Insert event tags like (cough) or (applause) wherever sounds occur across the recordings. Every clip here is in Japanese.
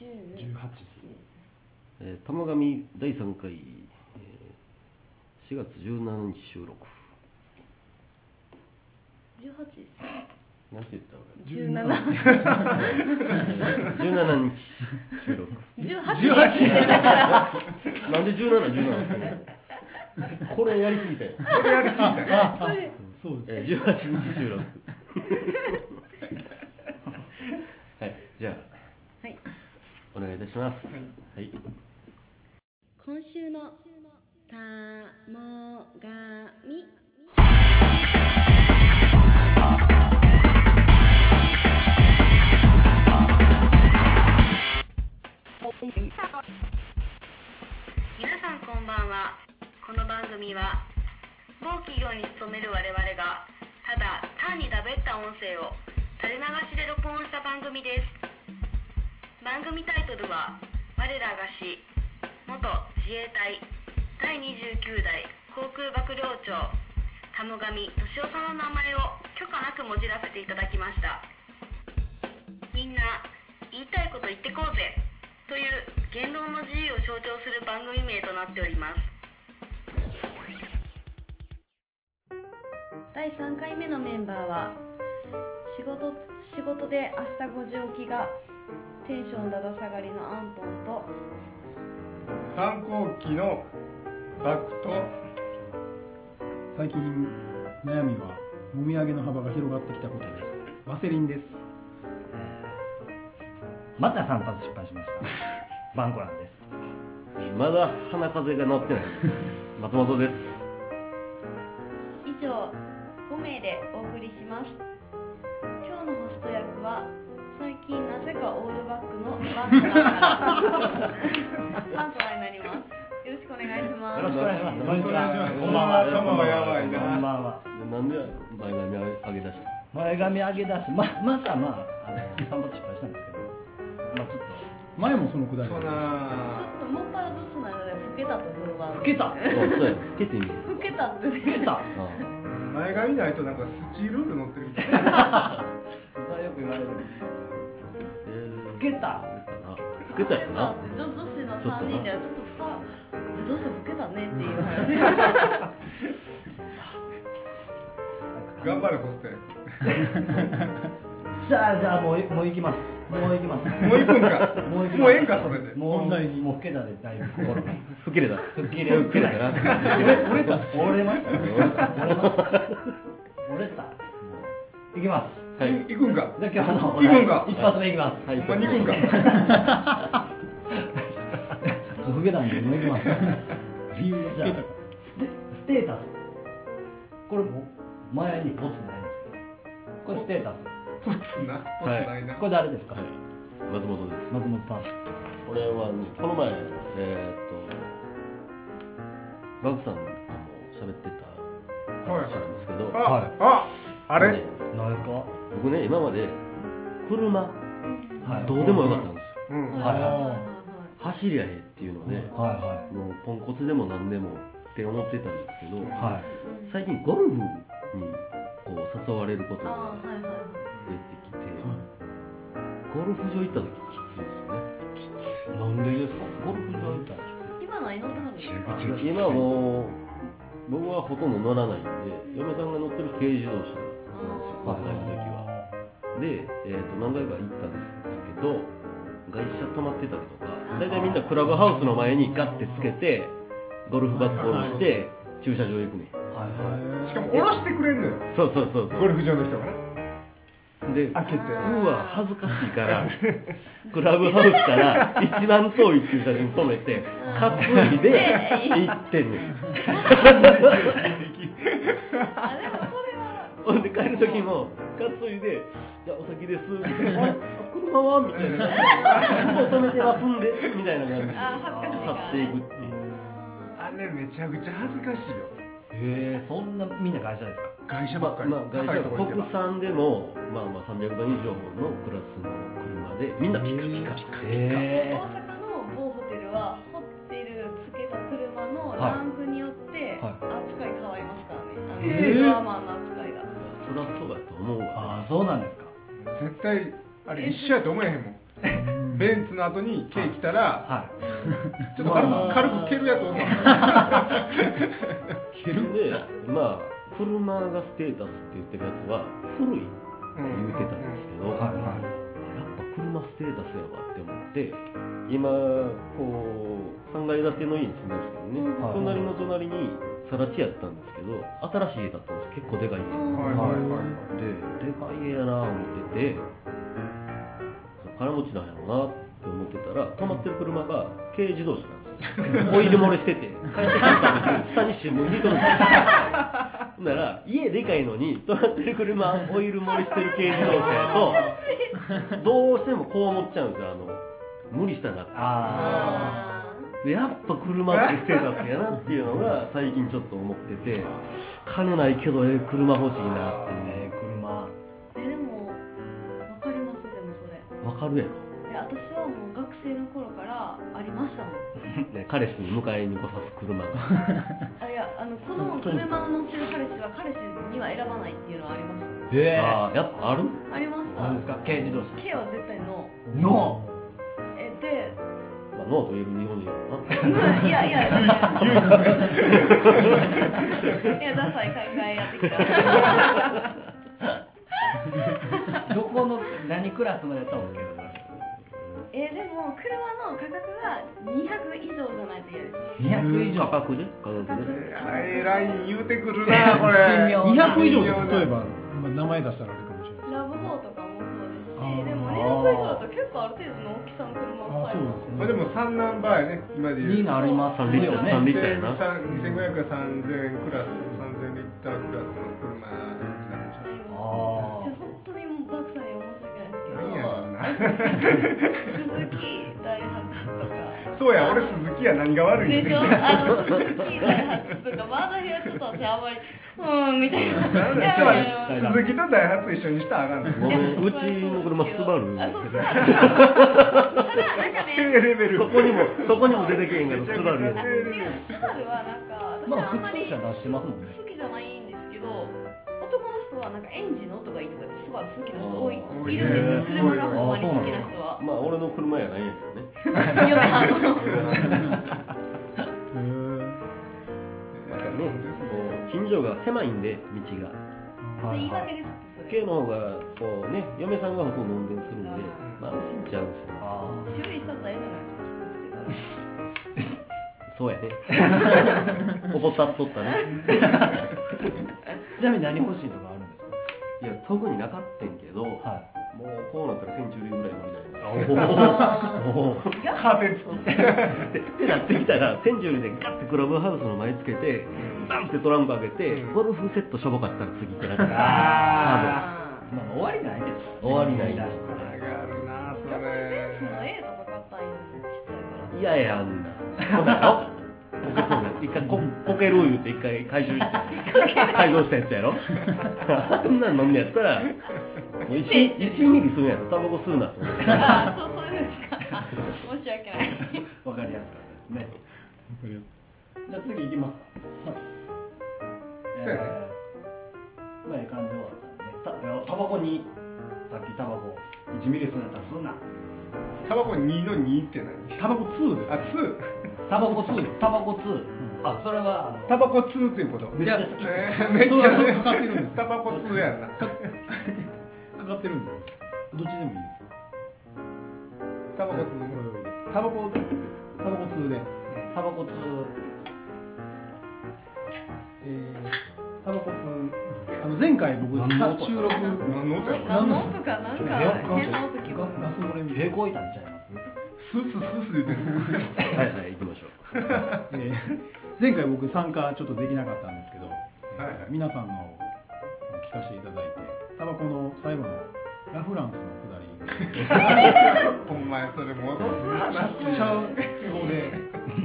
10 18えー玉神第3回、えー4月17日収録18ですなんて言った17俺17日収 (laughs) 録18ですよだからなんで 17?17 これやりすぎたよ、これそうですえー18日収録 (laughs) はいじゃあはいお願いいたしますはい今週のたもがみ皆さんこんばんはこの番組は某企業に勤める我々がただ単にだべった音声を垂れ流しで録音した番組です番組タイトルは「我らが死元自衛隊第29代航空幕僚長玉上俊夫さんの名前を許可なくもじらせていただきましたみんな言いたいこと言ってこうぜという言論の自由を象徴する番組名となっております第3回目のメンバーは仕事仕事で明日5時起きがテンションだだ下がりのアンポンと反抗期のバクと最近悩みはもみあげの幅が広がってきたことですワセリンですまた3発失敗しましたバンコランですえーまだ鼻風が治ってない松本です以上5名でお送りします今日のホスト役は最近なぜかオールバックのバンコラーバンコラーになりますよろしくお願いしますよろしくお願いしますよころんしくお願いしますにちはこんばんは頭がやばいなこんばんはなんで前髪上げ出した前髪上げ出しままずはまああの3発失敗したんですけどまあちょっと前もそのくだりそうちょなっともっぱら女子の間で老けたところがある老けたあそうや老けてみる老けたって老けたああ前髪ないとなんかスチールール乗ってるみたいなまあよく言われるえー老けた老けたよなあれは女女子の3人ではちょっとさ女子老けたねっていう話頑張れホステじゃあじゃあもうもう行きますもう行きますもう行くんかもう行きますもうええんかそれでもう本題にもう老けたでだいぶ心が吹っ切れた吹っ切れ吹っ切れたな折れた折れました折れた折れました折れたもう行きますはいい行くんかじゃあ今日行のおく題んか一発目いきますはいほんまに行くんかもう受けたんでもういきます理由がじゃあ老けたかステステータスこれもう前にボツないんですけどこれステータスポツなポツないな、これ誰ですか、はい松本です松本さん俺はねこの前えーっとバグさんとも喋ってた話なんですけど、あ、はいああれ、ね何かは僕ね今まで車いどうでもよかったんですようんはいはい走りゃええっていうので、はもうポンコツでも何でもって思ってたんですけど、いはいはい最近ゴルフにこう誘われることがああはいはいはい出てきて、ゴルフ場行った時きついですねなんでですかゴルフ場行ったんで今のは祈ってはるんですか今はもう僕はほとんど乗らないんで嫁さんが乗ってる軽自動車なんですよあー国内の時はで、えー、と何回か行ったんですけど外車止まってたりとかあー大体みんなクラブハウスの前にガッてつけてゴルフバッグ下ろして駐車場行くねはいはしかも下ろしてくれんのよそうそうそうそゴうルフ場の人がなで開けてうわ恥ずかしいから (laughs) クラブハウスから一番遠い駐車場に止めて担いで行ってんねんあでもそれはほんで帰る時も担いで「じゃあお先です」みたいなあ「車は?」みたいな「求めてますんで」みたいな感じであ恥ずかしいから去っていくっていう (laughs) あれめちゃくちゃ恥ずかしいよいへえそんなみんな会社ですか会社ばまっかあり、まあ外高い車国とこ行けば産でも、まあ、まあ300番以上のクラスの車でみんなピカピカピカピカ、大へ阪の某ホテルはホテルつけた車のランクによってはい扱い変わりますからねあのえードラマーの扱いがそりゃそうだと思うわああそうなんですか絶対あれ一緒やと思えへんもんベンツの後に K 来たら、はちょっと軽まあく軽く蹴るやつおった蹴るでまあ車がステータスって言ってるやつは古いって言ってたんですけど、いはいあはやっぱ車ステータスやわって思って今こう3階建ての家に住んでるんですけどね、はい隣の隣に更地やったんですけど新しい家だったんです結構でかい家、うんはいはいはいはいででかい家やな思ってて金持ちなんやろうなって思ってたら止まってる車が軽自動車なんですよオイル漏れしてて帰ってきた時に下に新聞にとるんですよなら家でかいのに止まってる車オイル漏れしてる軽自動車やとどうしてもこう思っちゃうんですよあの無理したなっていああでやっぱ車ってステータスやなっていうのが最近ちょっと思ってて金ないけどええ車欲しいなってねー車ーえでもわかりますでもそれわかるやろえ私はもう学生の頃からありましたもんね、彼氏に迎えに来さす車があいやあのこの車を乗ってる彼氏は彼氏には選ばないっていうのはありましえあーやっぱあるたありましたー何ですか軽自動車 K は絶対ノのーえでまあ、ノーと言える日本人やろないやいや、いや、ダサい考えやってきた。どこの何クラスまでやったら OK なんですえ、でも、車の価格が200以上じゃないと嫌です。 200以上 (laughs) 価格で価価格で格。えらい言うてくるなこれ微妙200以上で例えば、まあ、名前出したらあれかもしれないラブホーとかもそうですあーし、でも200以上だと結構ある程度の大きさの車をあ買そいうまなんですすまねあでも三ナンバーやね今でい言いうのあります三よリッター三ねリッターやな2500から3000クラス3000リッタークラスの車になるんじゃ買いあますーちょ本当にもうバクさんには申し訳ないないやろでなすけど、鈴木大八とか。そうや俺鈴木や何が悪でいねしょあの鈴木大八とか、まだ部屋ちょっと私あんまり、うーん、みたいな。なんだ今日は鈴木とダイハツ一緒にしたらあかんねごめんうちの車スバルあ、そう、スバル。ただ、なんか低ね、レベルそこにもそこにも出てけへんけどめスちゃバくちルゃ低レベ違ルう、スバルはなんか、私まああんま普り通車出してますもんね好きじゃないんですけど、男の人はなんかエンジンの音がいいとかって、スバル好きな人多いあーいるんですよ。多いね車がほんまに好きな人は。まあ俺の車やないんやけどね嫁はんの。またねへーこう近所が狭いんで道がそれ言い訳ですって、それ。 K の方がこうね嫁さんがほとんど運転するんであまあ安心ちゃうんですよあ注意したらええじゃないですか、きつくしてそうやね怠っとったねーちなみに何欲しいとかあるんですいや特になかったんけど、かはいもうこうなったらセンチュリーぐらいまでじゃないですかたら。あおーーが風付きってってなってきたら天井にでガッてクラブハウスの前つけてダンってトランク開けてうんゴルフセットしょぼかったら次行ってなかったああまあ終わりないです終わりないだし上がるなそー逆にベンツのれ A とか買ったんよ、ちっちゃいから。いやいやあんなそうだよこけそうだよ一回ここける言うて一回回収して改造したやつやろあんなん飲んでやったらもう一1ミリするんやろタバコ吸うなと思ってあーそうそういうのか。申し訳ない。 (laughs) わかりやすかったですねこれじゃあ次行きますかはいそうやねえーまあいい感じで終わったんでねたいやタバコにさっきタバコ1ミリ吸うやったら吸うなタバコ2の2って何タバコ2ですあ、2タバコ吸うタバコ吸うあそれはあのタバコ2っていうことめっちゃえーめっちそれはそれゃかかってるんですタかバコ2やんなかかってるんですどっちでもいいですタバタコこ2れはいいですタバコでタバコ2でタバコ吸うえータバコ2あの前回僕何の音収録何の音や何の音かなんか変な音聞こえガス漏れみたい屁なこいたんちゃいますスースースースー言うてるはいはい行きましょうえー前回僕参加ちょっとできなかったんですけど、えーはいはい皆さんの聞かせていただいてタバコの最後のラフランスの下り (laughs) お前それ戻すめっ話ちゃそうで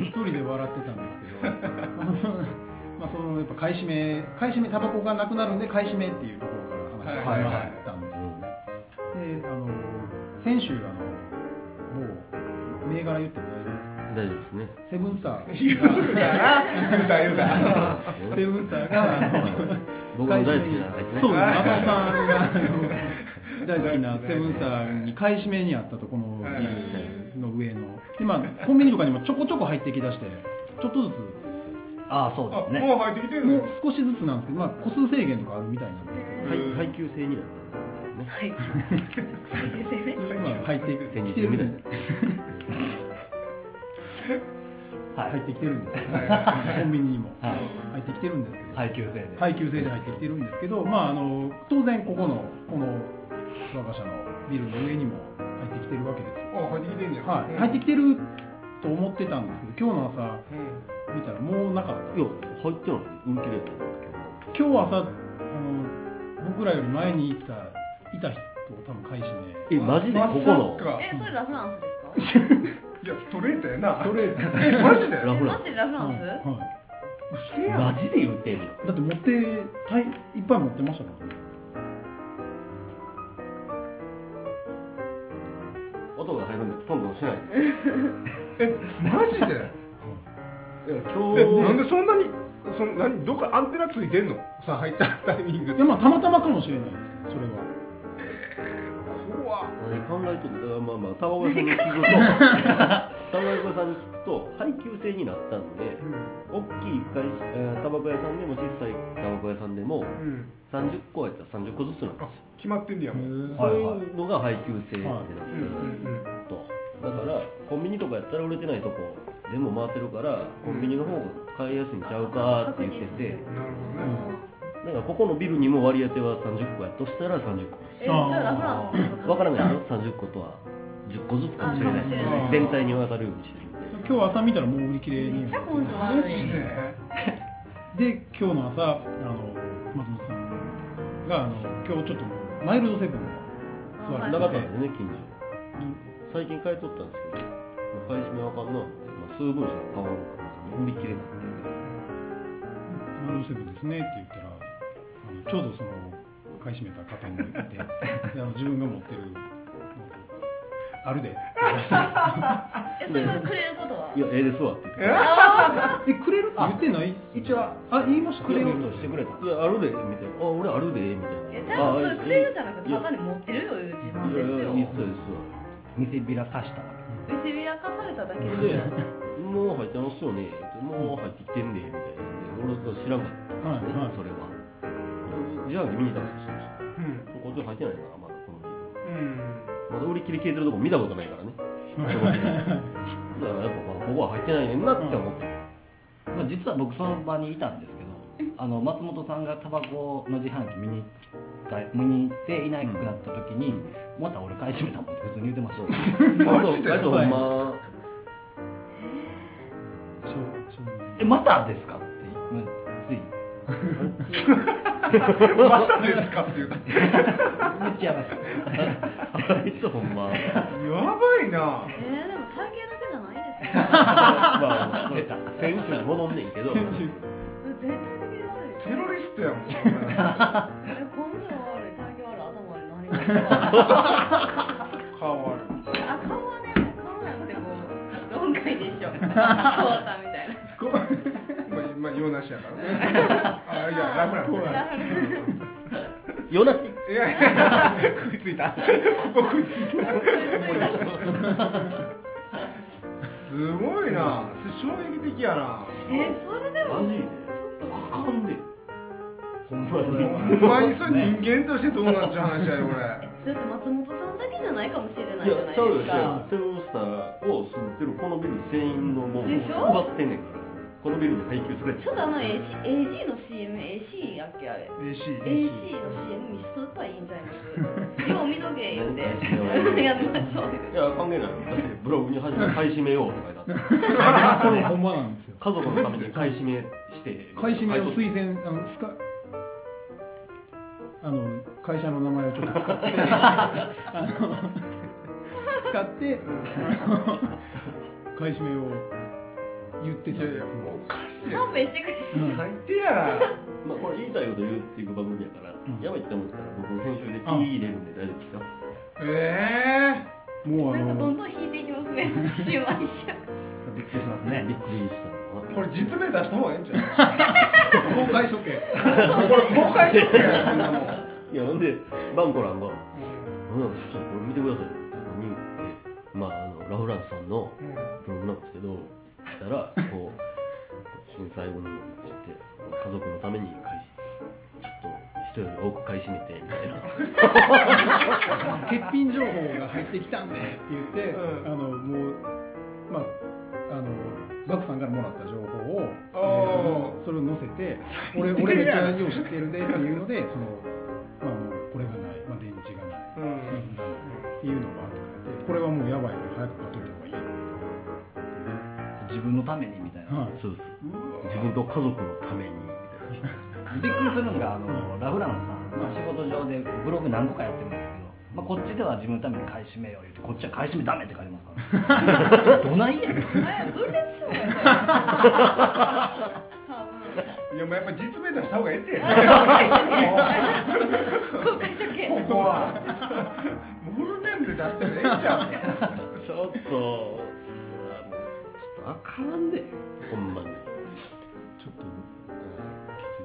一人で笑ってたんですけど (laughs) まあそのやっぱ買い占め買い占めタバコがなくなるんで買い占めっていうところから話が始まったんですよね、であの先週あのもう銘柄言っても大丈夫ですか大丈夫ですねセブンスター言うたな言うた言うたセブンスターがあの僕の大好きなやつねそうです中尾さんがあの大好きなセブンサーに買い占めにあったとこのはいビルの上の今コンビニとかにもちょこちょこ入ってきだしてちょっとずああそうですあねもう入ってきてつるものう少しずつなんですけど、まあ、個数制限とかあるみたいなんです配配給制になったんですよねはい。最近生けど、まあ、入って手にきて入れるみたいんではい入ってきてるんですけど (laughs) コンビニにもはい入ってきてるんですけど、配給制で、配給制で入ってきてるんですけど、まあ、あの当然ここのこの我が社のビルの上にも入ってきてるわけですよ、あ入ってきてんじゃんはい、入ってきてると思ってたんですけど今日の朝見たらもうなかったいや入ってない売り切れやったんだ今日朝あの僕らより前にいたいた人多分買い占めけどえマジでここのまさかえ、それラフランスですか？いやストレートやなそれラえマジでラえフラマンジでラフランス？は嘘やんマジで言ってんのい、だって持ってたいいっぱい持ってましたからね音が入るんですトントンしないでえマジでいやえなん今日でそんなにその何どっかアンテナついてんのさ入ったタイミングいやまあたまたまかもしれないですけどそれは怖っえ考えとるあまあまあ玉川さんに聞 (laughs) くと玉川さんに聞くと配給制になったんで大きい会社、えー、タバコ屋さんでも小さいタバコ屋さんでもうん30個やったら30個ずつなんですあよ決まってんねやもうへえそういうのが配給制ってなってるうんうんとだからコンビニとかやったら売れてないとこ全部回ってるからコンビニの方が買いやすいんちゃうかって言っててうんなるほどねだからここのビルにも割り当ては30個やとしたら30個え、じゃあラフランスってこと？わからないよ30個とは10個ずつかもしれないあかもしれない全体に渡るようにしてるんで今日朝見たらもう売り切れめにっちゃ根性あマるジね。でで今日の朝あの松本さんがあの今日ちょっともうマイルドセブンをあは座っいてなかったんでてすよね近所最近買い取ったんですけど買い占めはあかんな、まあ、数分しか買わんからさ売り切れになってマイルドセブンですねって言ったらあのちょうどその買い占めた方 (laughs) もいてであの自分が持ってるのとあるでって言わえ、それがれてくれることは？いやええですわって言ってえくれるって言ってない一応あ言いましくたれるとしてくれたいやあるでみたいなあ俺あるでみたいえ、ちなゃんとそれくれるじゃなくていやただに持ってるよいう自慢いですよ。やいやいいっすよいいっすよ見せびらかしたわ見せびらかされただけですよ。で、もう入ってますよね、もう入ってきてんで、みたいなんで、俺は知らんかったんですね、それは。自販はいはい機見に行ったんですよ、うそんこっち入ってないから、まだこの日。まだ売うんり切り消えてるとこ見たことないから (laughs) ね、正直だからやっぱ、まあ、ここは入ってないねんなって思って、まあ実は僕その場にいたんですけどあの松本さんがタバコの自販機見に行った見に行っていなくなった時に、また俺買い占めたもんって普通に言ってましたよマジであと、ほんま、しょ (laughs) うしょうがないえまたですかってうんついまたですかって言う (laughs) 言っちゃいました (laughs) あいつほんま、やばいえー、でも体型なだけじゃないですよ。まあ、 (laughs) 選手に戻んねん (laughs) けど、絶対的に悪いですテロリストやもんえ、根性悪い、体型悪い、頭悪い、何も悪い。 (laughs) 顔悪あ、顔はね、顔なんてもう論外でしょ。そうさんみたいな。いまあまあ用なしやからねあいやラフランスやからよなし、いやいや食いついたここ食いついたすごいな衝撃的やなえ、それでもマジで、あかんで、ほんまに。ほんまにそれ人間としてどうなんちゅう話やでこれだって松本さんだけじゃないかもしれないいじやゃないで、ちゃうよ、すちゃうかよ。セブンスターを住んでるこのビル全員のもうでしょ奪ってんねんから、このビルに配給されてちょっとあの AC, AG の CM、AC やっけあれ。 AC AC の CM 見しとったらいいんちゃいますよう見とけ言うて。やりましょう。(laughs) いや、関係ない。だってブログに始め買い占めようって書いてあった。これほんまなんですよ家族のために買い占めして。買い占めを推薦あのスカあの会社の名前をちょっ (laughs) と使ってあの使ってあの買い占めを言っていたやんいでやすよもうおかしいや勘弁してくれ。ん最低やなまあ、これ言いたいこと言うっていう番組やから、んやばいって思ったら僕編集であ言い入れるんで大丈夫ですよ。えもうあなんかどんのどん引いていきますね。週毎週。びっくりしますねびっくりしたのは。えこれ実名出した方がええんちゃう公開処刑これ公開処刑やこんなもんいや、ほんで、バンコランが、うん、そしたらこれ見てください何って、まあ、あのラフランスさんのうんブログなんですけどしたらこう震災後にもちょっと家族のために買いちょっと人より多く買い占めてみたいな欠品情報が入ってきたんでって言って、うんあのもうまああのバクさんからもらった情報を、あーえーそれを載せて俺俺めっちゃよう知ってるでっていうのでその、まあ、もうこれがない、まあ、電池がなういん水がないっていうのがあって書いてこれはもうやばいから早く買っといた方がいいよ自分のためにみたいな、はいそうです自分と家族のためにみたいなびっくりするのがあの、うんラフランスさん、まあ、仕事上でブログ何個かやってるんですけど、まあ、こっちでは自分のために買い占めよう言うてこっちは買い占めダメって書いてますから (laughs) どないやねんあ分裂障害やから多いやもうやっぱ実名出した方がええって分公開処刑ここはもうフルネームで出してもええんちゃうちょっともうちょっとあからんでほんまにちょっとき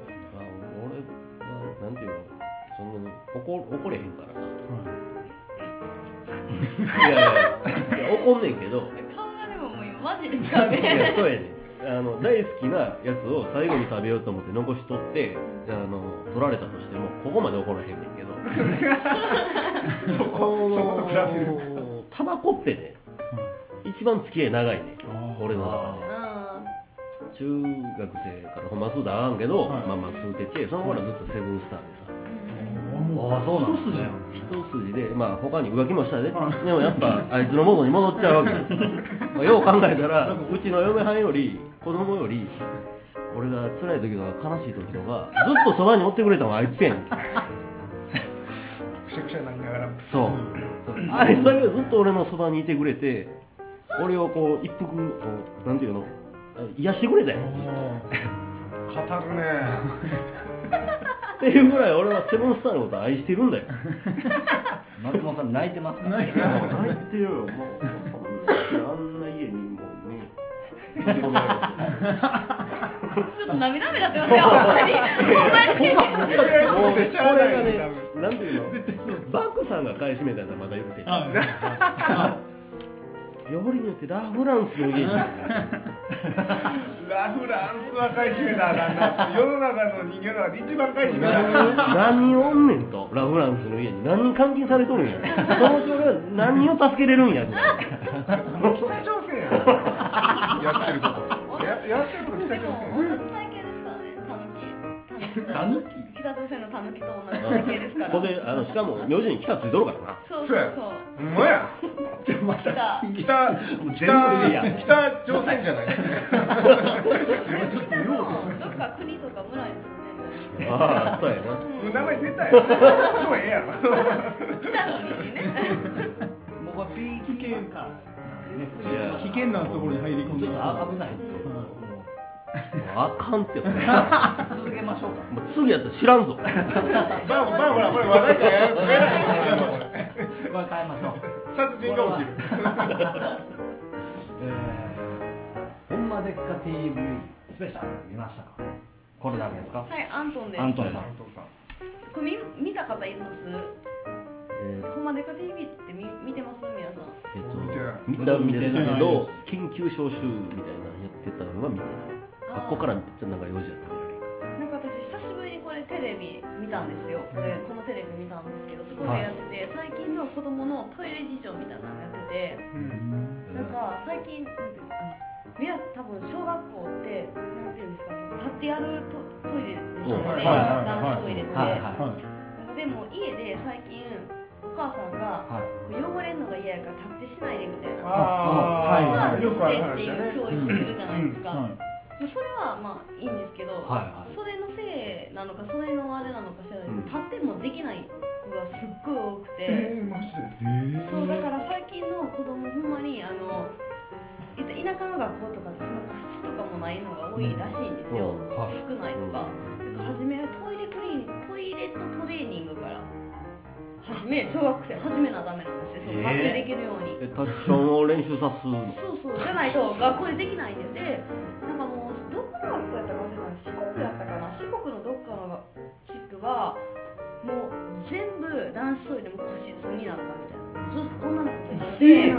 ついですねまあ、俺はなんていうのそんなに怒怒れへんからさ (laughs) いやいはいやいや怒んねんけど顔がでももう今マジでい使うねやそうやねんあの大好きなやつを最後に食べようと思って残しとってあの取られたとしてもここまで怒らへんねんけ (laughs) どそこそこと比べる (laughs) タバコってねはい一番付き合い長いねあー俺の中でああ中学生からほんま吸うたらあかんけど、はいまあまあ吸うててその頃はずっとセブンスターでさもあーそうなん一筋やん一筋で、まあ、他に浮気もしたで、はいでもやっぱあいつの元に戻っちゃうわけですまあよう考えたらうちの嫁はんより子供より俺が辛い時とか悲しい時とかずっとそばにおってくれたのはあいつ (laughs) やんくしゃくしゃなりながらそうあいつだけはずっと俺のそばにいてくれて俺をこう一服こうなんていうの癒してくれたやん語るね (laughs) っていうぐらい俺はセブンスターのこと愛してるんだよ松本さん泣いてますから泣いてますもう泣いてるよ、もう、そんな人あんな家にもうね、閉じ込められてちょっと涙目立ってますよ本当にほんまにいやいやもうそうこれでしゃあないがね多、なんていうの、バックさんが買い占めたらまだ言って、よりによってラ・フランスの家に、ラフランスは買い占めたらあかんなって世の中の人間の中で一番買い占めたらあかん何をおんねんと、ラ・フランスの家に、何監禁されとるんや、そのうち俺は何を助けれるんやと、もう北朝鮮やんやってることややってること北で朝も鮮同じ体型ですからねタヌキたぬき北朝鮮のタヌキと同じ体型ですからここであのしかも、名字に北ついとるからな。そうそうそうほんまや来た北北部いいやん北朝鮮じゃない北のどっか国とか村に住んでるああ、そうやな。もう名前出たよもうええやろ北の西ね僕はピー危険かや危険なところに入り込んちでょっと危ないって、うんもあかんって、もう続けましょうかう次やったら知らんぞ。まあまあほらこれ話題じゃないやこれ変えましょつう殺人が起 (laughs) きるえーほんまでっか TV スペシャル見ましたかこれなんですか、はいアントンですアントンさんこれ見見た方いますえーほんまでか TV って見見てます皆さんえっと見てない見たんです見てなけいどで緊急招集みたいなのやってたのは見てないあーあっこからめっちゃ長い用事やったなんか私久しぶりにこれテレビ見たんですよこれこのテレビ見たんですけどそこでやってて、最近の子供のトイレ事情みたいなのやっててなんか最近なんていうのかなみんな多分小学校ってなんていうんですかね立ってやるトトイレでしょ、うんこれはい男子トイレって、はいはいはいなんかでも家で最近お母さんがはいこう汚れるのが嫌やからタッチしないでみたいなマーああよくあるしてっ話てだいう教育ねするじゃないですか、はいでそれはまあいいんですけど、はいはいそれのせいなのかそれのあれなのか知らないですけど、立ってもできない子がすっごい多くて、えーマジでそうだから最近の子供ほんまにあの言った田舎の学校とかでその個室とかもないのが多いらしいんですよ、うんはい少ないとか、だから初めはトイレクリーニングトイレットトレーニングから初め小学生初めなダメなんですよその立ってできるように。えタッションを練習さすのそうそうじゃないと学校でできないんですでなんかもうどこの学校やったか忘れたんです四国やったかな四国のどっかの地区はもう全部男子トイレも個室になったみたいなそうすると女の子と一緒えで、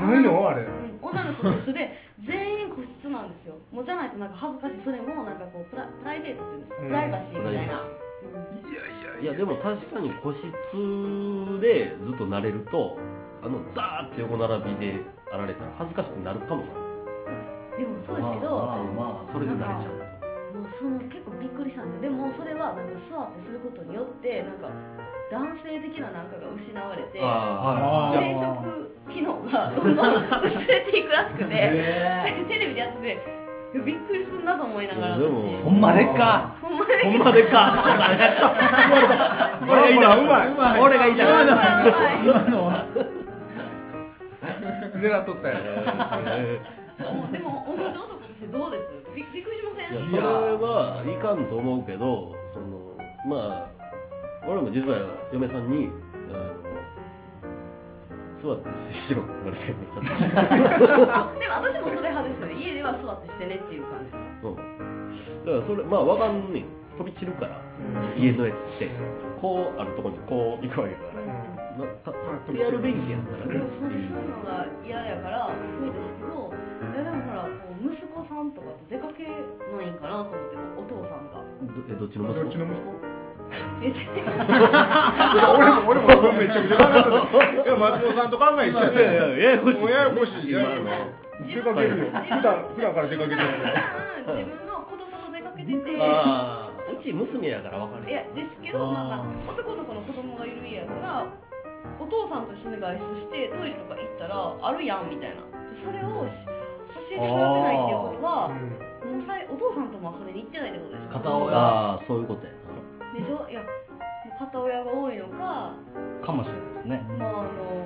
えないのあうれん女の子と一緒で全員個室なんですよもうじゃないとなんか恥ずかしいそれもなんかこうプラプライベートっていうんですか、プうんライバシーみたいな、いやでも確かに個室でずっと慣れるとあのザーって横並びであられたら恥ずかしくなるかもなうんでもそうですけど、まあまあまあそれで慣れちゃうもうその結構びっくりしたんですよでもそれはなんか座ってすることによってなんか男性的ななんかが失われてあ生殖ーー機能がどんどん薄れていくらしくてえテレビでやってていやびっくりすんなと思いながらで私も (laughs) ほんまでかほんまにほんまでか (laughs) 俺が言いたほらうかった俺が言いたかった今のは狙っとったやろえーもうでも同じ男としてどうですびびっくりしませいやんそれはいかんと思うけどそのまあ俺も実は嫁さんにあの座ってしろって言われてる (laughs) あでも私もそれ派ですよね家では座ってしてねっていう感じですうん、だからそれまあわかんねん飛び散るから、家のやつってこうあるとこにこう行くわけだから、なた立ってやるべきやったらでもねそうするのが嫌やからそうですけどいやでもほらこう息子さんとかと出かけないんかなと思ってお父さん (laughs) がどえどっちの息どっ子ちの息子え俺も俺もめちゃくちゃ考えたいや松本さんと考え一緒いやいややややこしいもうややこしいじゃん今のは出かけるよ普段普段から出かけてるから普段自分の子供と出かけてていああうち娘やからわかるやですけどまあまあ男の子の子供がいる家やからお父さんと一緒に外出してトイレとか行ったらあるやんみたいなそれをし教えてくれてないっていうことはもうさいお父さんとも遊びに行ってないってことでしょ片親ああそういうことやでしょいやもう片親が多いのかかもしれないですねまああの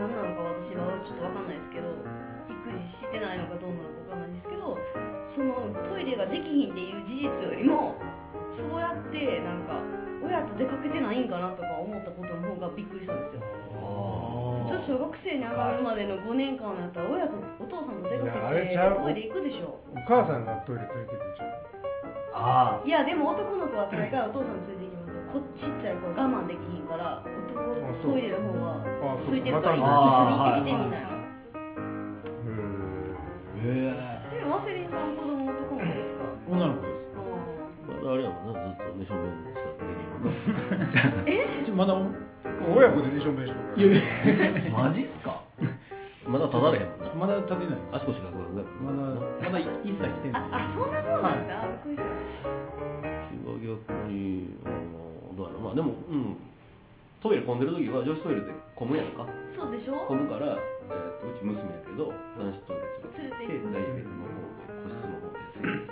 何何なのか私はちょっとわかんないですけど育児してないのかどうなのかわかんないですけどそのトイレができひんっていう事実よりもそうやってなんか親と出かけてないんかなとか思ったことの方がびっくりしたんですよ普通小学生に上がるまでの5年間やったら親とお父さんと出いやかあけてれちゃうトイレ行くでしょお母さんがトイレ連れてくるじゃあいやでも男の子はそれからお父さん連れて行きますよこちっちゃい子は我慢できひんからあ男そトうイレの方がんあ空いてるから一まあ緒に行ってきてみたいなあええワセリンさん子供男の子ですか女の子ですなまだあれやもんなずっとねしょんべんしたっていうのちょまだおた親子でねしょんべんしといやいるやマジっすかまだ立たれへんもんなまだ立てないです足腰がこうなるまだまだ一切来てないああそんなもんなんですか、びっくりしたうちは逆にあのどうやろうまあでもうんトイレ混んでる時は女子トイレで混むやんかそうでし混ょむから、えー、とうち娘やけど男子トイレ連れ連れててって大行く便の方で個室の方で整理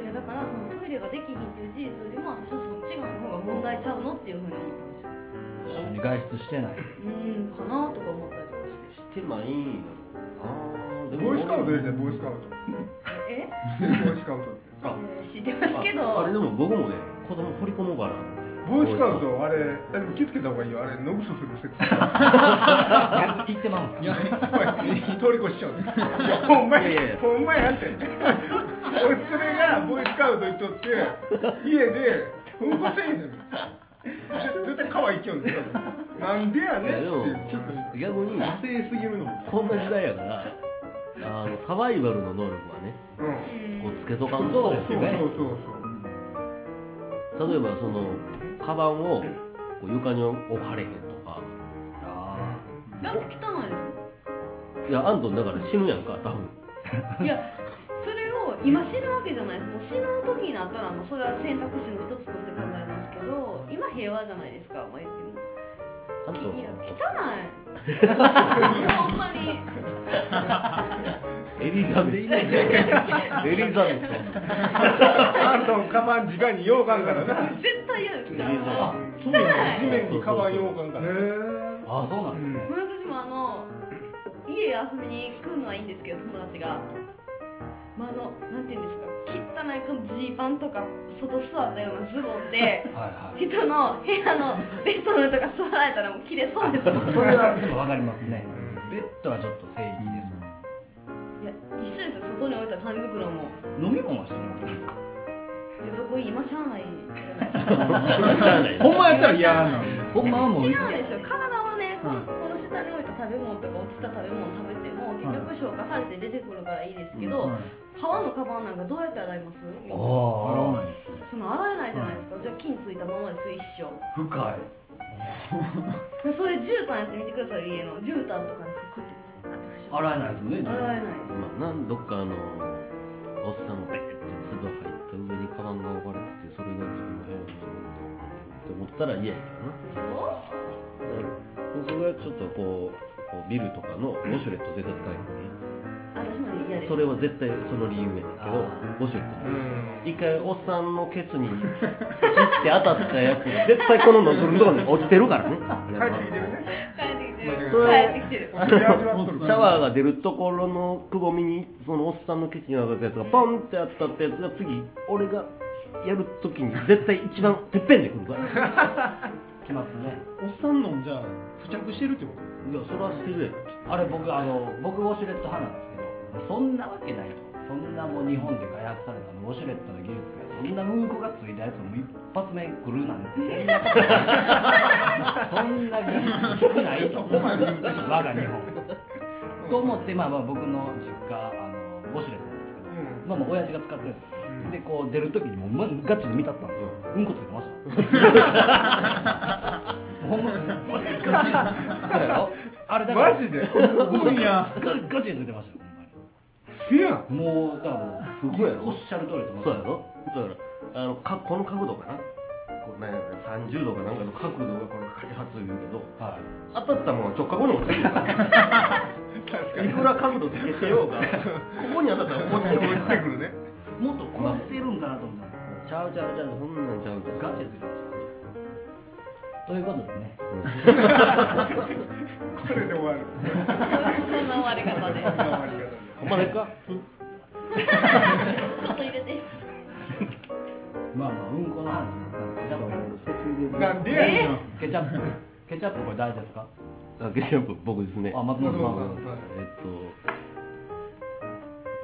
そするういやだからそのトイレができひんっていう事実よりも私はそっち側の方が問題ちゃうのっていうふうに思ったんですよ一緒に外出して (laughs) ないうんかなとか思ったりとかしてしてないんだろうなでもボーイスカウトやりたいボーイスカウトえボーイスカウトってあえ知ってます (laughs) けああれどでも僕もね子供掘り込もうかなボーイスカウトあれえでも気付けた方がいいよあれノブソフのセクシーやっていってまうんすか通り越しちゃういやほんまいやいややほんまやって俺それがボーイスカウト行っとって家でうんこせえへんのよ絶絶対川行きよんねんなんでやねんいやでもっていう逆に惰性すぎるのもこんな時代やからあのサバイバルの能力はねうんこうつけとかんそうとですそうそうそう例えばそのカバンをこう床に置かれへんとかあだって汚いですもんいやアントンだから死ぬやんか多分いやそれを今死ぬわけじゃないですもう死ぬ時になったらもうそれは選択肢の一つとして考えますけど今平和じゃないですかまあ言ってもアントンいや汚はいほんまにエリザベスエリザベスそうアントンカバン直にようかんからな絶対嫌ですエリザベス地面にカバンようかんからへーあーそうなんうですんもう私もあの家遊びに来るのはいいんですけど友達が、まあ、あのなんていうんですか汚いこのジーパンとか外座ったようなズボンではいは人の部屋のベッドの上とか座られたらもう切れそうですもんいいそれはでも分かりますねベッドはちょっと正義ですもや一ん緒ですよ外に置いた紙袋も飲み物はしてもらっていいですかやそこ今上海じゃないですかほんまやったら嫌なんですほんまはも違ううんですよ体はねこうんこの下に置いた食べ物とか落ちた食べ物食べても結局消化されて出てくるからいいですけど、はい革のカバンなんかどうやって洗います洗あわないですねその洗えないじゃないですか、じゃあ菌ついたままです一生あ深いでそれ絨毯やってみてください家の絨毯とかにくくってあってくし洗えないですもんね自分洗えないです、まあ、なんどっかあのおっさんがベーって粒入った上にカバンが置かれててそれが自分の部屋にしまったって思ったら嫌やけでしょどなだからそれはちょっとこうこうビルとかのウォシュレット絶対使え私も嫌へですんそれは絶対その理由やねんけどあウォシュレットうにん一回おっさんのケツに (laughs) ピッて当たったやつが絶対このノズルのところに落ちてるからね帰ってきてるね帰ってきてるそれ帰ってきてる (laughs) お尻味わっとおっるさシャワーが出るところのくぼみにそのおっさんのケチに上がったやつがポンって当たったやつが次俺がやるときに絶対一番てっぺんでくるからい (laughs) や来ますねおっさんのんじゃあ付着してるってことですそれはしてるやあれ僕あの僕ウォシュレット派なんですけどそんなわけないとそんなもう日本で開発されたあのウォシュレットの技術がそんなうんこがついたやつも一発目くるなんてそんなことないそんな技術少ないと我が日本と思ってまあまあ僕の実家あのウォシュレットうんなんですけど、まあまあ親父が使ってるんですよでこう出る時にもうまガチで見たったんですようんこついてました (laughs) ほんまガチそうやろあれだからマジですごいやガガチでついてましたよせやほんまにもうだからもすごいやろおっしゃる通りだと思ろそううやろだからあのかこの角度かなこうなんやろ30度かなんかの角度がこれ開発言うけどはい当たったもんは直角に落ちてくるから確かいにくら角度つけてようがここに当たったら落ちてくる落ち (laughs) てくるねもっとこうしてるんかなと思ったんですちゃうちゃうちゃうそんなんちゃうちゃうけどガチでついてましたということでねこれで終わるそんな終わり方でこんな終わり方でほんまですかちょっと入れてまあまあうんこの話になったんでケチャップやるんですなんでやねんケチャップケチャップこれ大事ですかあケチャップ僕ですねあ松本さんははいえっと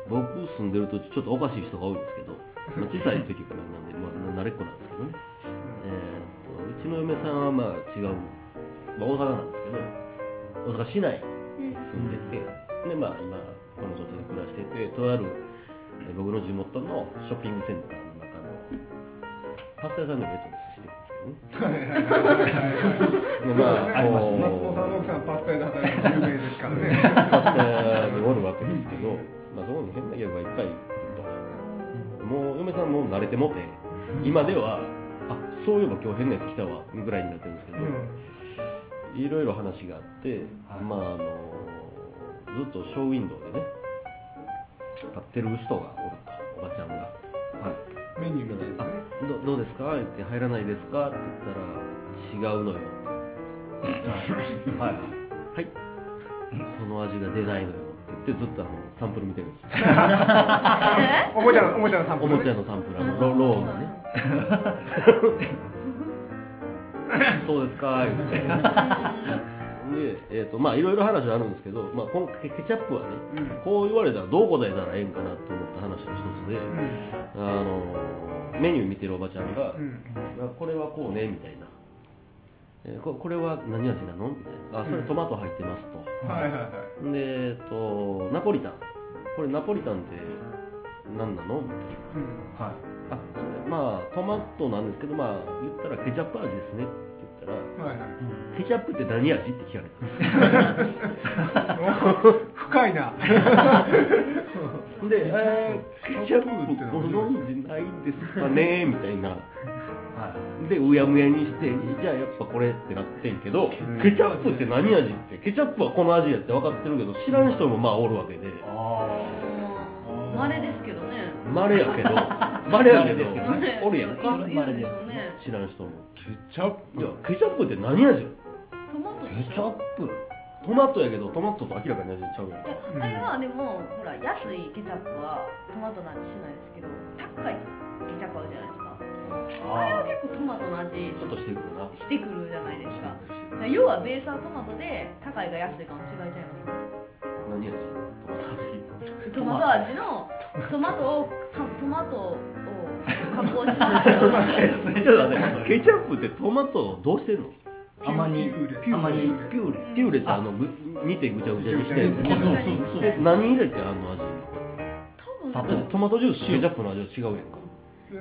僕住んでる土地ちょっとおかしい人が多いんですけどまあ小さい時からなんで、まあ、な慣れっこなんですけどね、えっとうちの嫁さんはまあ違う、まあ、大阪なんですけど大阪市内に住んでて、でまあ今この土地で暮らしててとあるえ僕の地元のショッピングセンターの中のパスタ屋さんでウェイトレスしてるんですけどねそうですねまああ松の本さんの奥さんパスタ屋で働いてる有名ですからねパスタ屋におるわけですけど、まあ、そこに変な客がいっぱい来ると、もう嫁さんも慣れてもて、今では、あそういえば今日変なやつ来たわぐらいになってるんですけど、いろいろ話があって、はいまああのずっとショーウィンドウでね、立ってる人がおると、おばちゃんが。はいメニューみたいなあねどどうですかって入らないですかって言ったら違うのよはいはいその味が出ないのよって言ってずっとあのサンプル見てるんですよおもちゃのおもちゃの散歩おねもちゃのサンプラーのロローンが (laughs) ね。そうですかー言って。で、えっ、と、まあ、いろいろ話はあるんですけど、まあ、このケケチャップはね、うんこう言われたらどう答えたらええんかなと思った話の一つで、あの、メニュー見てるおばちゃんが、うんあこれはこうね、みたいな。えーここれは何味なのみたいな。あ、それトマト入ってますと。はいはいはいで、えっ、と、ナポリタン。これナポリタンって何なのみたいな。うんはいあそれまあトマトなんですけどまあ言ったらケチャップ味ですねって言ったらはいはいケチャップって何味って聞かれ (laughs) 深いな。たで、えーケチャップケチャッごプって存知ないですかねみたいなはいでうやむやにしてじゃあやっぱこれってなってんけどケチャップって何味ってケチャップはこの味やって分かってるけど知らん人もまあおるわけであまれですけどねまれや (laughs) けどまれやけど稀ですよ稀ですよおるやんかいるんでしょうね知らん人もケチャッいやケチャップって何味よトマトであしケチャょップトマトやけどトマトと明らかに味ちゃうやんいやあれはでもほら安いケチャップはトマトの味しないですけど高いケチャップあるじゃないですかあれはあ結構トマトの味ちょっとしてるかなしてくるじゃないですかだから要はベースはトマトで高いが安いかの違いちゃいま何味トマト味すトマト味のトマトをかトマトを加工してますよちょっと待ってケチャップってトマトをどうしてんの甘煮ピューレピューレピピュうーレんピューレってあのぐ見てぐちゃぐちゃにしてんのぐちゃぐちゃにえ何入れてあの味多分砂だってトマトジュースケチャップの味は違うやんか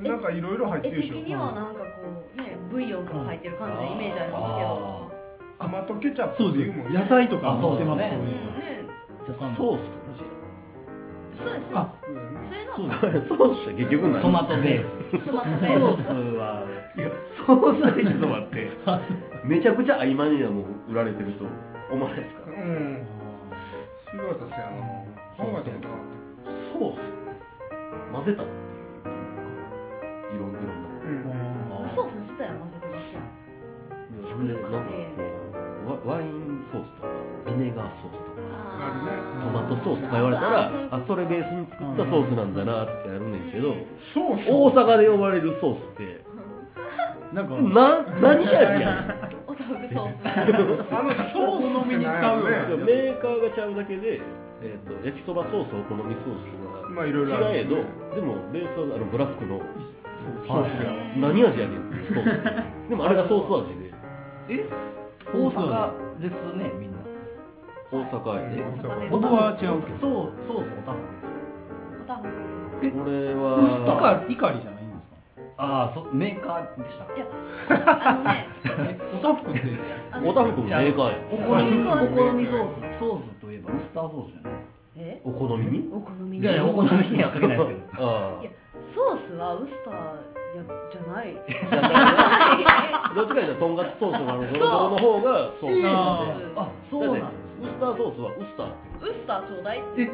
なんかいろいろ入って絵るで的しょにはなんかこうねブイヨンとか入ってる感じのイメージありますけどトマトケチャッそプっうてでいうもんすね野菜とかあ持そうっでてすますねそうんういうねじのゃわあかんないソースってそうですそうですそれなのそうだ (laughs) ねソースってうんあ結局何トマトベーストマトソベースースはいやソースだけちょっと待 (laughs) ってめちゃくちゃ合間にはもう売られてると思わないですかうんすごい私あの考えたことなかソっース混ぜたっていういろんいろんなものたうんソース自体は混ぜてますよそれでなんかこうワワインソースとかビネガーソースとかあートマトソースとか言われたらーあそれベースに作ったソースなんだなってやるねんけどソース大阪で呼ばれるソースってなんかな何味やんお豆腐ソースあのソースってなんやろねメーカーがちゃうだけで、えー、と焼きそばソースお好みソースが、まあいろいろある違えよどねでもベースはあのブラスクのソースがはい何味やねんっていうソースでもあれがソース味でえ大大阪阪ですねみんな大阪やで大阪で僕は違うけどそうソースおたまでお豆すよ腐えこれイはカイカリじゃないんですかああそメーカーでしたいやあのねえおたふくってあおのたふくもメーカーやお好メみーカーお好みソースソースといえばウスターソースじゃないえですかお好みにお好みいやいやお好みにはかけないですけどあいやソースはウスターやじゃないあどっちかというととんかつソースのあのドロドロの方がソースなんであそうなんでウすスターソースはウスターってウスターちょうだいえ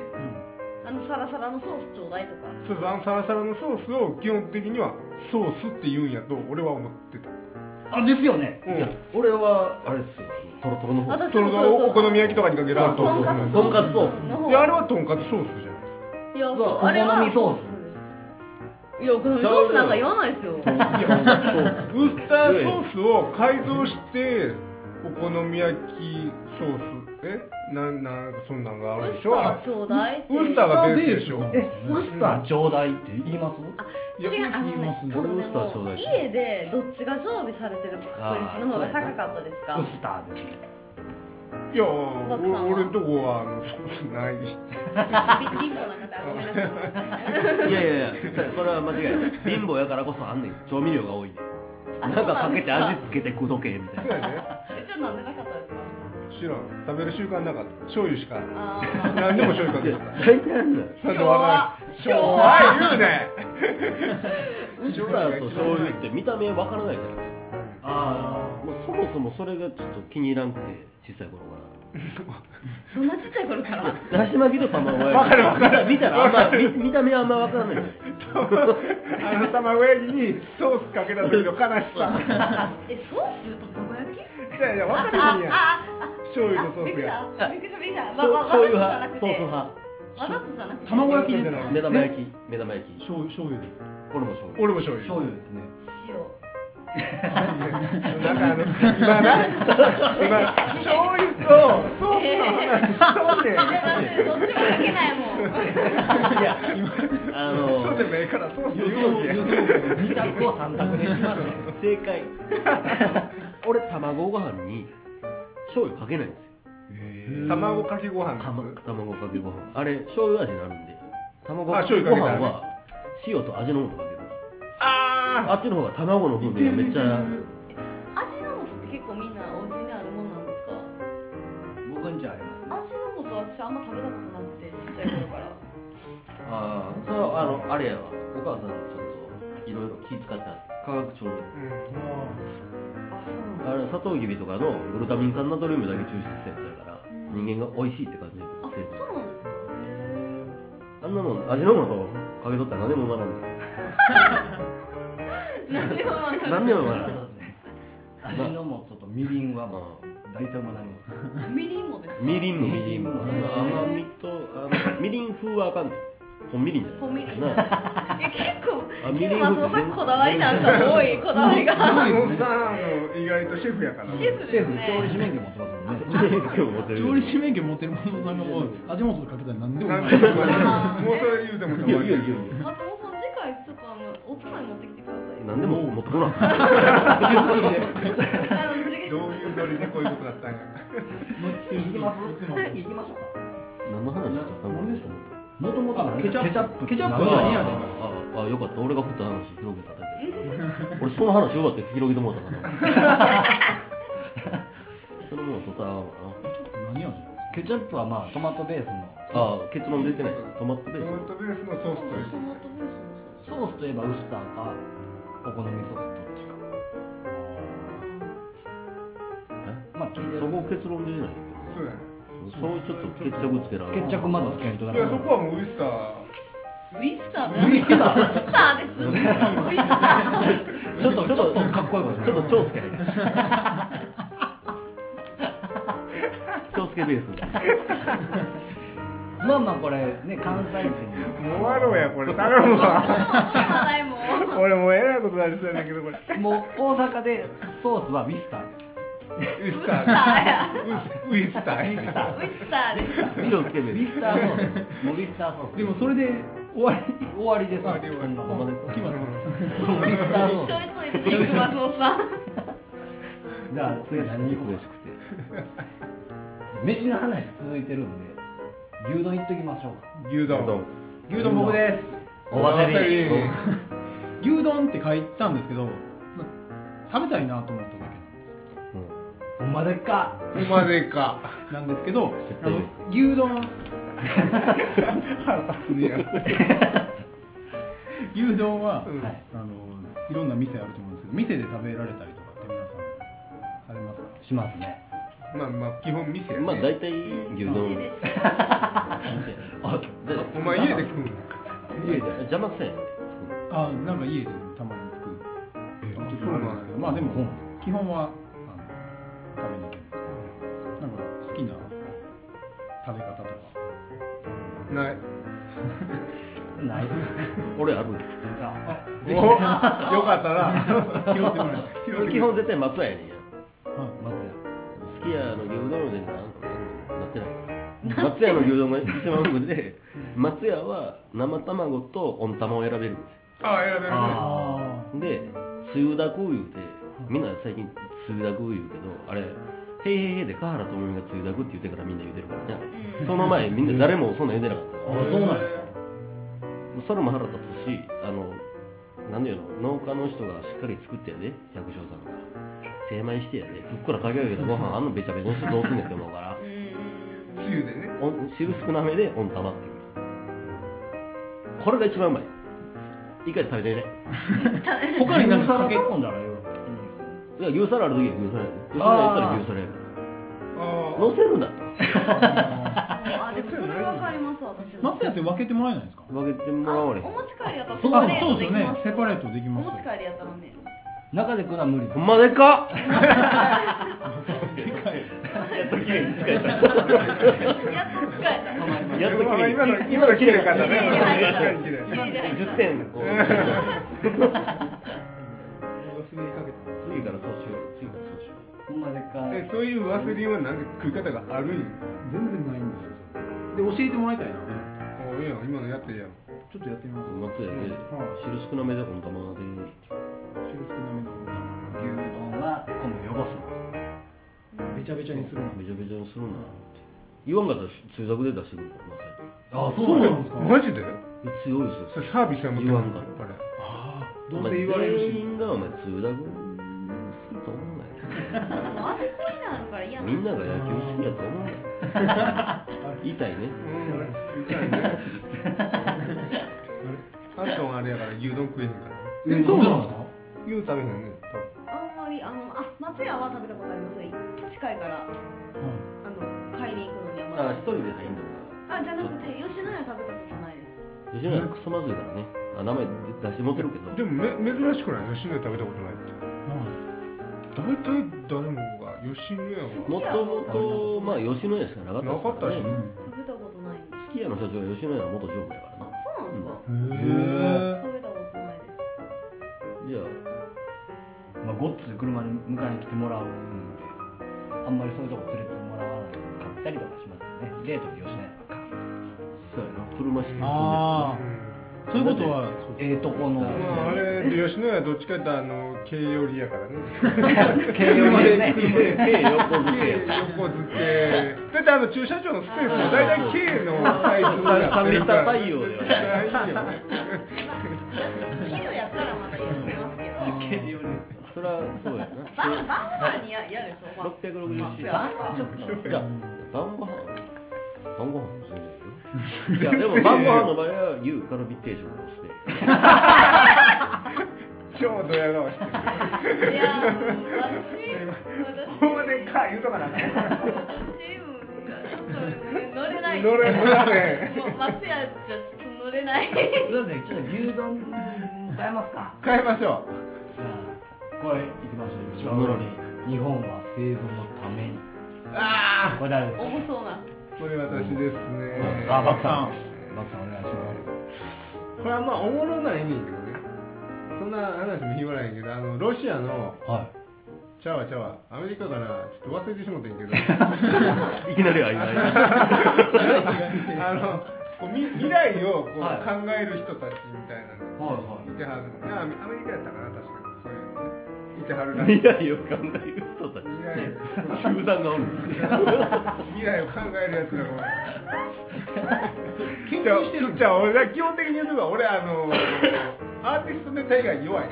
あのサラサラのソースちょうだいとかそうあのサラサラのソースを基本的にはソースって言うんやと俺は思ってたあですよねうんいや俺はあれですよトロトロの方私それもがそうそうおお好み焼きとかにかけるそうあととんかつとんかつソースの方であれはとんかつソースじゃないいやそうお好みあれはソースいやお好みソースなんか言わないですよとんかつソースウスターソースを改造してお好み焼きソースえなんなんかそんなんがあるウでスタしょーちょうだいってウスターがベースでしょウスターえウスターベースちょうだいって言いますいや違うあの言いますねその俺ウスターちょうだい家でどっちが常備されてる確率の方が高かったですかウスターですねいやバクさんはお俺んとこはあのソースない貧乏な方ごめんなさいいやいやいやそそれは間違いない貧乏やからこそあんねん調味料が多いねあなんかかけてそうなんですか味付けてくどけみたいそうなやねえじゃあなんでなかったですか知らん食べる習慣なかった醤油しかあー何でも醤油かけてた大体あんのよなんで笑う昭和昭和言うねウスターと醤油って見た目わからないじゃないですかあもうそもそもそれがちょっと気に入らんくて小さい頃から (laughs) そんなちっちゃい頃からだし巻きと卵焼きわかるわかる見たらあんま見見た目はあんまわからないじゃないあの卵焼きにソースかけた時の悲しさえソース卵焼きいやいやあ分かるあんやあ醤油とソースがあびっくりしたびっくりしたびっくりしたわわわざ醤とじ油ゃな派くソースて派わざとじゃなくて卵焼きですそうか目玉焼き目玉焼き醤油醤油ですこれも醤油俺も醤油あ醤油ですね塩なんかあの今な今醤油とソースの話しとんねいんやだってどっちもかけないもんいやあのそうでもええからソース予言うわ想け予や想2択を3択できましたよ正解俺卵ご飯に醤油かけないんですよ卵かけご飯たまです卵かけご飯あれ醤油味になるんで卵あか醤け油ご飯かけたらねは塩と味の素かけるああっちの方が卵の風味がめっちゃ味の素って結構みんなお家にあるもんなんですか僕んちありま味すねの素私あんま食べたことなくてちっちゃい頃からああそれはあのあれやわお母さんにちょっといろいろ気使って化学調味料ーうんあそうなんだあれサトウキビとかのグルタミン酸ナトリウムだけ抽出したやつやからうん人間が美味しいって感じるあ成分そうなんですかへーあんなもん味の素かけとったら何でもうまなんですよ何でもわか何でもうまなんそうですね味の素とみりんはもう大体学びまするみりんもですかみりんもみりんみりんもあの甘みとあのみりん風はあかんねん本みりんじゃない本みりんないや結構あみりん結構松本さんこだわりなんか多いこだわりがあのさあの意外とシェフやからシェフシでェすフ調理師ね免許持ってますもんね調理師免許持ってるものさんがもう味元でかけたら何でもうなんまでいもうそれ言うていもやいやいやいや松本さん次回ちょっとあのおつまみ何でも持ってこなあのそれがどういうノリでこういうことだったんや行きます行きましょうか何の話しちゃったの何でしょうもともとあケチャップケチャップは何やねんあああよかった俺が振った話広げただけ俺その話よかった広げてもらったから (laughs) そのもん取ったらあかんかな何味ケチャップはまあトマトベースのああ結論出てないトマトベーストマトベースのソースというトマトベースのソースといえばウスターかお好みソースどっちかまあ聞いてえそこ結論出てないそうやねそうちょっと決着つけられる決着まだつけないとダいメやそこはもうウイスターウィスターだウィスターですウィスターちょっとちょっとかっこよくちょっと超つけない超つけベースまあまあこれね関西人もう終わろうやこれ頼むわ話題も俺もうえらいことなりそうやねんけどこれもう大阪でソースはウィスターですウイスタウィスターーやウイスターやウィスターです超つけウベーィスターソースですもうウィスターソースでもそれで終わり終わりです終わり終わりそんなほんもまんウです決まったィスターソ一緒にそうですビーッグマスのさんスじゃあ次は何に行こう悔かしくて (laughs) 飯の話続いてるんで牛丼いっときましょうか牛丼牛丼僕ですおわせり牛丼って書いたんですけど、まあ食べたいなと思っただけなんですほんまでっかおまでかなんですけど絶あ対のです牛 (laughs) 丼腹立つねや牛丼は、うんはいあのいろんな店あると思うんですけど店で食べられたりとかって皆さんされますかしますねまあまあ基本店やねまあ大体牛丼であでお前家で食うんだ家で邪魔くさいやんあなんか家でたまに作るそうなんですけどまあでもうん基本はあの食べに行くんですけどなんか好きな食べ方とかないない俺あるあ (laughs) およかった (laughs) な拾ってもらい俺基本絶対松屋やねんやたい松好きやの牛丼でなんかなってない松屋の牛丼が一番多くて松屋は生卵と温玉を選べるんであ選べるねあすよでつゆだく言うてみんな最近つゆだく言うけどあれ「へいへいへい」で川原智美がつゆだくって言ってからみんな言うてるからねその前みんな誰もそんなん言うてなかったからあそうなんですかそれも腹立つしあの何だよ農家の人がしっかり作ってやで百姓さんが精米してやでふっくらかけ上げたご飯あんのべちゃべちゃにしてどうすんねんって思うからつゆでねおん汁少なめで温玉っていうこれが一番うまい一回食べてみね屋他に何かかけ牛皿頼んだらよいや牛皿ある時は牛皿やで牛皿やったら牛皿やからああ乗せるなあでもそれわかります私あ松屋って分けてもらえないんですか分けてもあらおわ持れへんち帰りやったらそセうパレートですできよまねすセパレートできおます持ち帰りやったらね中で食うのは無理だほんまで (laughs) かっやっと使えたやっとまあまあ今の今の綺麗かった綺麗にね入った確かに綺麗綺麗に入った10点こう忘れかけた次からそうしよう次からそうしよほんまでっかえそういうワセリンはなんか食い方があるんや全然ないんですよそれで教えてもらいたいなおうええやん今のやってるやんちょっとやってみまうす松屋で汁少なめで温玉で汁少なめの牛丼は今度汚すのべちゃべちゃにするのべちゃべちゃにするなって言わんかったら通学で出してくるのまさあそうなんですかマジでに強いですよそれサービスやもん言わんからこれああおどう前せ言われるし全員がお前通学好きと思うなよもう味濃いなるから嫌みんなが野球好きやと思うなよ言いたいねうん痛いねあれあんたもあれやから牛丼食えへんからえそうなんですか牛食べへんねあんまりあのあ松屋は食べたことありますが近いからあの買いに行くのにはまだあ一人で入んのあじゃなくて吉野家食べたことないですか吉野家クソまずいからねあ名前出して持ってるけどでもめ珍しくない吉野家食べたことないって大体誰もが吉野家はもともとまあ吉野家しかなかったなかったでしょね食べたことないんですき家の社長は吉野家の元常務やからなそうなんですか食べたへことないですじゃあまあ、ごっつい車で迎えに来てもらうんであんまりそういうとこ連れてもらわない買ったりとかしますよねデートで吉野家とかそうやな車しか住んでないあうんそういうことはそうええとこのまあ、あれ吉野家どっちかっていうとあの軽寄りやからね形容ですね手横付け軽 (laughs) 横付けだってあの駐車場のスペースも大体軽のサイズになってるから三三リッター対応だよねないよね企業やったらまたやってますけどそれはそう (laughs) やなバンバンバンにややるでしょ、まあ、 660いしやバンバンちょっとじゃあ晩ご飯晩ご飯も全然いいよいやでも晩ご飯の場合は牛カルビ定食をして超ドヤ顔してるいや私私ほんまでか言うとかなあか私んうんちょっと乗れない乗れ乗れへんもう松屋じゃちょっと乗れないすいませんちょっと牛丼も買えますか変えましょじゃあこれ行きましょう一番上に日本は生存のためにうあこれ誰ですか重そうなあこれ私ですねあバクさんバクさんお願いしますこれはまあおもろないねんけどねそんな話も言わないけどあのロシアのはいちゃうわちゃうわアメリカからちょっと忘れてしもてんけどいきなり曖 (laughs) 昧あのこうみ未来をこうはい考える人たちみたいなのはいはいいてはるのねアメアメリカやったかな確かそういうのねいてはるらしい未来を考える人たち未来集団がおるんですよ未来を考えるやつら (laughs) が研究してるんじゃあ俺が基本的に言うのは俺あのアーティストネタ以外 (laughs) 弱い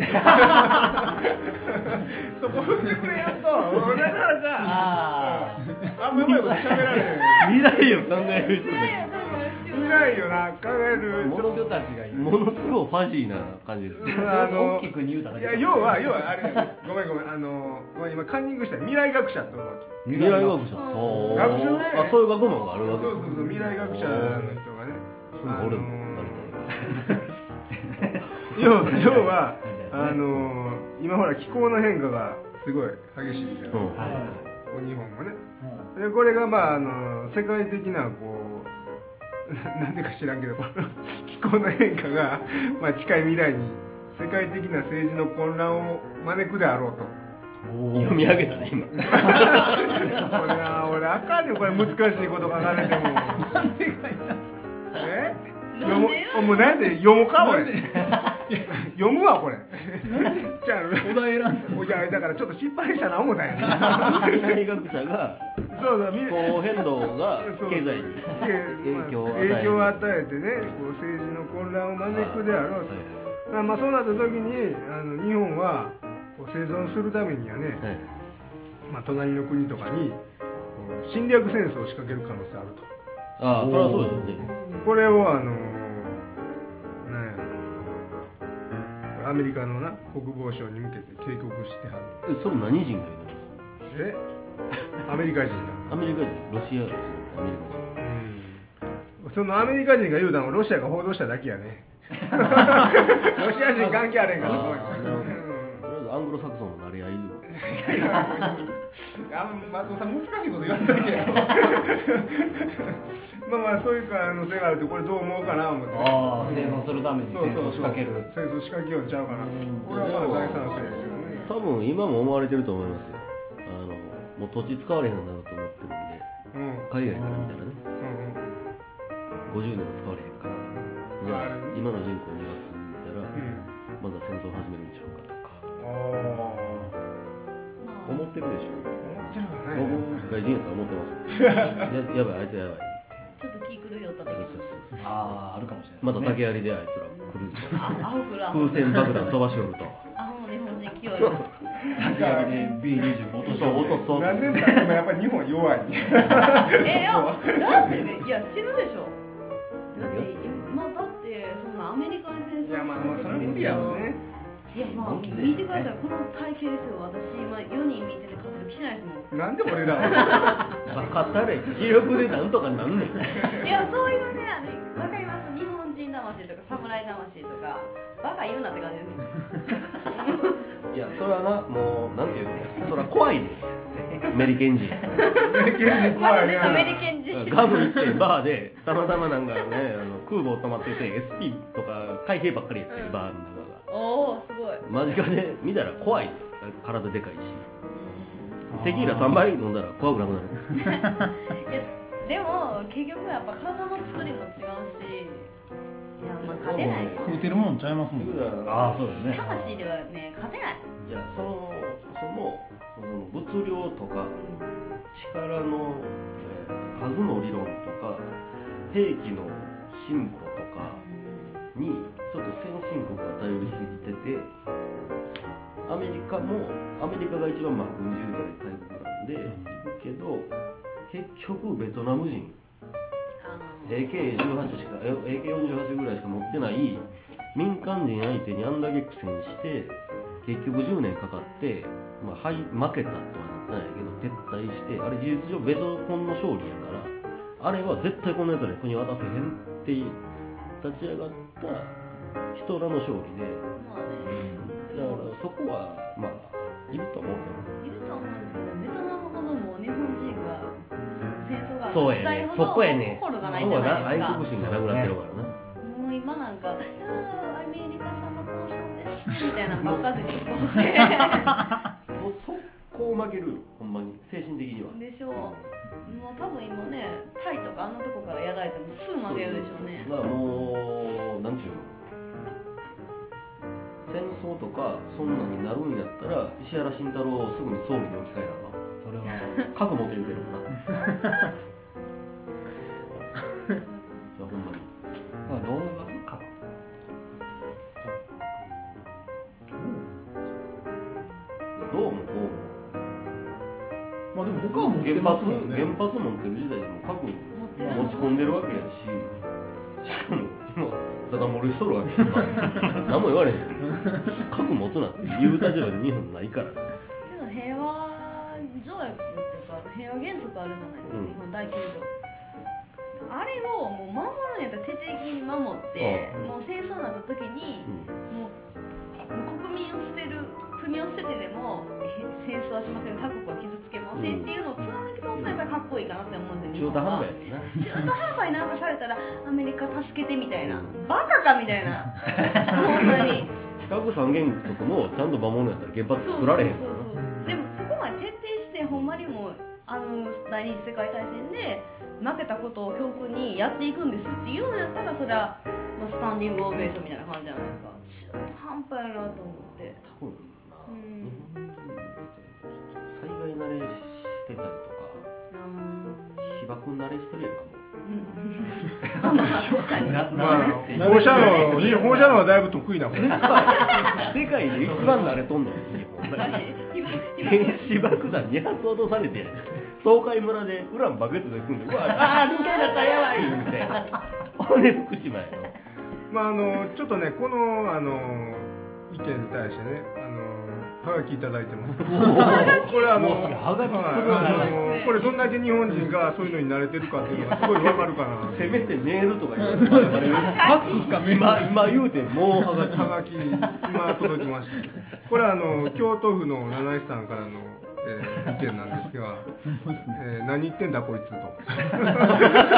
そこ振ってくれやんと俺らがああんまうまいこと喋られへん未来を考える人いやいや多分た見ないよな考えるあちょっと物たちがいちるものすごいファジーな感じですねあの大きく言うただいけや要は要はあれやねごめんごめんあのごめん今カンニングした未来学者って思うわけ未来学そ者うあー学者ねあそういう学問があるそわうけそうそう未来学者の人がねそういうの俺もなりたい要は要は (laughs) あの今ほら気候の変化がすごい激しいじゃん、うんこはう日本もねうんでこれがまああの世界的なこう (laughs) ななんでか知らんけどこの気候の変化が、まあ、近い未来に世界的な政治の混乱を招くであろうと。 (laughs) 読み上げたね今これな俺あかんねんこれ難しいこと書かれてもなんでえ読むおもうなんで読むか俺読むわこれじゃあお題選んでおじゃあだからちょっと失敗したな思ったんや (laughs) 未来学者がそうそう気み候変動が経済に影影響を与える影響を与えてねこう政治の混乱を招くであろうと、まあ、まあそうなった時にあの日本はこう生存するためにはね、はいまあ、隣の国とかにこう侵略戦争を仕掛ける可能性あると。ああそれはそうですよねこれをあのー、なんやこれアメリカのな国防省に向けて警告してはるえそれ何人がいるんですえアメリカ人だかアメリカ人ロシア人アメリカ人うんそのアメリカ人が言うたのをロシアが報道しただけ (laughs) やねロシア人関係あれへんからこうあーなるほどとりあえずアングロサクソンのなり合いあん松尾さん難しいこと言わんだけど (laughs) まあまあそういう可能性があるってこれどう思うかな思ってああ生存するために戦争仕掛ける戦争仕掛けようちゃうかな俺はまあ大賛成で多すけどね分今も思われてると思いますよあのもう土地使われへんようになると思ってるんでうんうん海外から見たらねう50年んは使われへんからじゃあ今の人口2月見たらまだ戦争始めるんちゃうかとかああま思ってるでしょ思って僕外るからね人やったら思ってますや (laughs) やばいあいつやばあいちょっと気狂いよったそう時そうそうあああるかもしれなまいた竹槍であいつら来る (laughs) あ青黒青風船爆弾飛ばしよるとアホの日本人勢い竹槍で B25 落としそうよう落とそうなんでだろうやっぱり日本弱いえいやだってねいや知るでしょだってまあだってそんなアメリカに戦争いやまあ見てくださいこの体型ですよ私今4人見てて活躍しないですもんなんで俺らはバカたれ気力でなんとかなんねんいやそういうねあのわかります日本人魂とか侍魂とかバカ言うなって感じですいやそれはなもうなんていうのそれは怖いねアメリケン人アメリカ人ま怖たい出ねたアメリカン人ガム行ってバーでたまたまなんかねあの空母泊まってて SP とか海兵ばっかりやってるバーの中がおおすごい間近で見たら怖いね体でかいしテキーラ3杯飲んだら怖くなくなるいやでも結局やっぱ体の作りも違うしいやまあ勝てない食うてるもんちゃいますもんねああそうですね魂ではね勝てない、いやそのそのその物量とか力の、えー数の理論とか兵器の進歩とかにちょっと先進国が頼りすぎててアメリカもアメリカが一番まあ軍事力で大国なんでいるけど結局ベトナム人あの AK18 しかえ AK48 ぐらいしか持ってない民間人相手にあんだけ苦戦して結局10年かかって、まあ、敗負けたとはなってないけど撤退してあれ事実上ベトコンの勝利やからあれは絶対こんなやつらに国渡せへんって立ち上がったヒトラーの勝利でまあねでだかもらそこはまあいると思うけどねいると思うんですけどベトナムほどもう日本人が戦争がそうしやたいねほそどこやね心がないそじこゃはないです愛か国心がなくなってるからなもう今なんか「あーアメリカさんの交渉です」みたいなのばっかりでこうねもう速攻負けるよほんまに精神的にはでしょうもう多分今ねタイとかあんなとこからやられてもすぐ負けるでしょうねまあもうなんちゅうの戦争とかそんなんになるんやったら石原慎太郎をすぐに総理に置き換えなあそれはかん覚悟と言うけどないやほんまにまあどう思いますかどうもこうもまあでも他は持って原ます発もんね原発持ってる時代でも核持ってる持ち込んでるわけやししかも今ダダ漏れしとるわけやから何も言われへん核持つなんて言う立場に日本ないからけど平和条約っていうか平和原則あるじゃないですか、うん日本第9条あれをもう守るんやったら徹底的に守って、うもんう戦争になった時にう、んもうもう国民を捨てる国を捨ててでもえ戦争はしません他国は傷つけませんっていうのを貫き通すのやったらかっこいいかなって思うんです中よ途半端日本は中途半端になやねんなんかされたらアメリカ助けてみたいなバカかみたい (laughs) なほんまに。核三原則もちゃんと守るんやったら原発そう作そらうれへんそうそうでもそこまで徹底してほんまにもうあの第二次世界大戦で負けたことを教訓にやっていくんですっていうのやったらそれは、まあ、スタンディングオベーションみたいな感じじゃないですか中途半端やなと思って多分な日本人の人災害慣れしてたりとか被爆慣れしてるやんかもあんまあ確かにな (laughs) まあ、放射能に放射能はだいぶ得意な方世界世界で一番慣れとんのよ日本確かに今今原子爆弾2発落とされて東海村でウランバケツで組んでうわあー抜けなったやばいみたいなほんで福島やろまああのちょっとねこのあの意見に対してねあのはがきいただいてます。 (laughs) これあのもうそれはがきはいすごいなあのこれどんだけ日本人がそういうのに慣れてるかっていうのがすごいわかるかな。せめてメールとか言われて我々パックかメール今今言うてもうはがきはがき今届きました。これはあの京都府の七井さんからの、えー意見なんです (laughs) が、えー何言ってんだこいつと。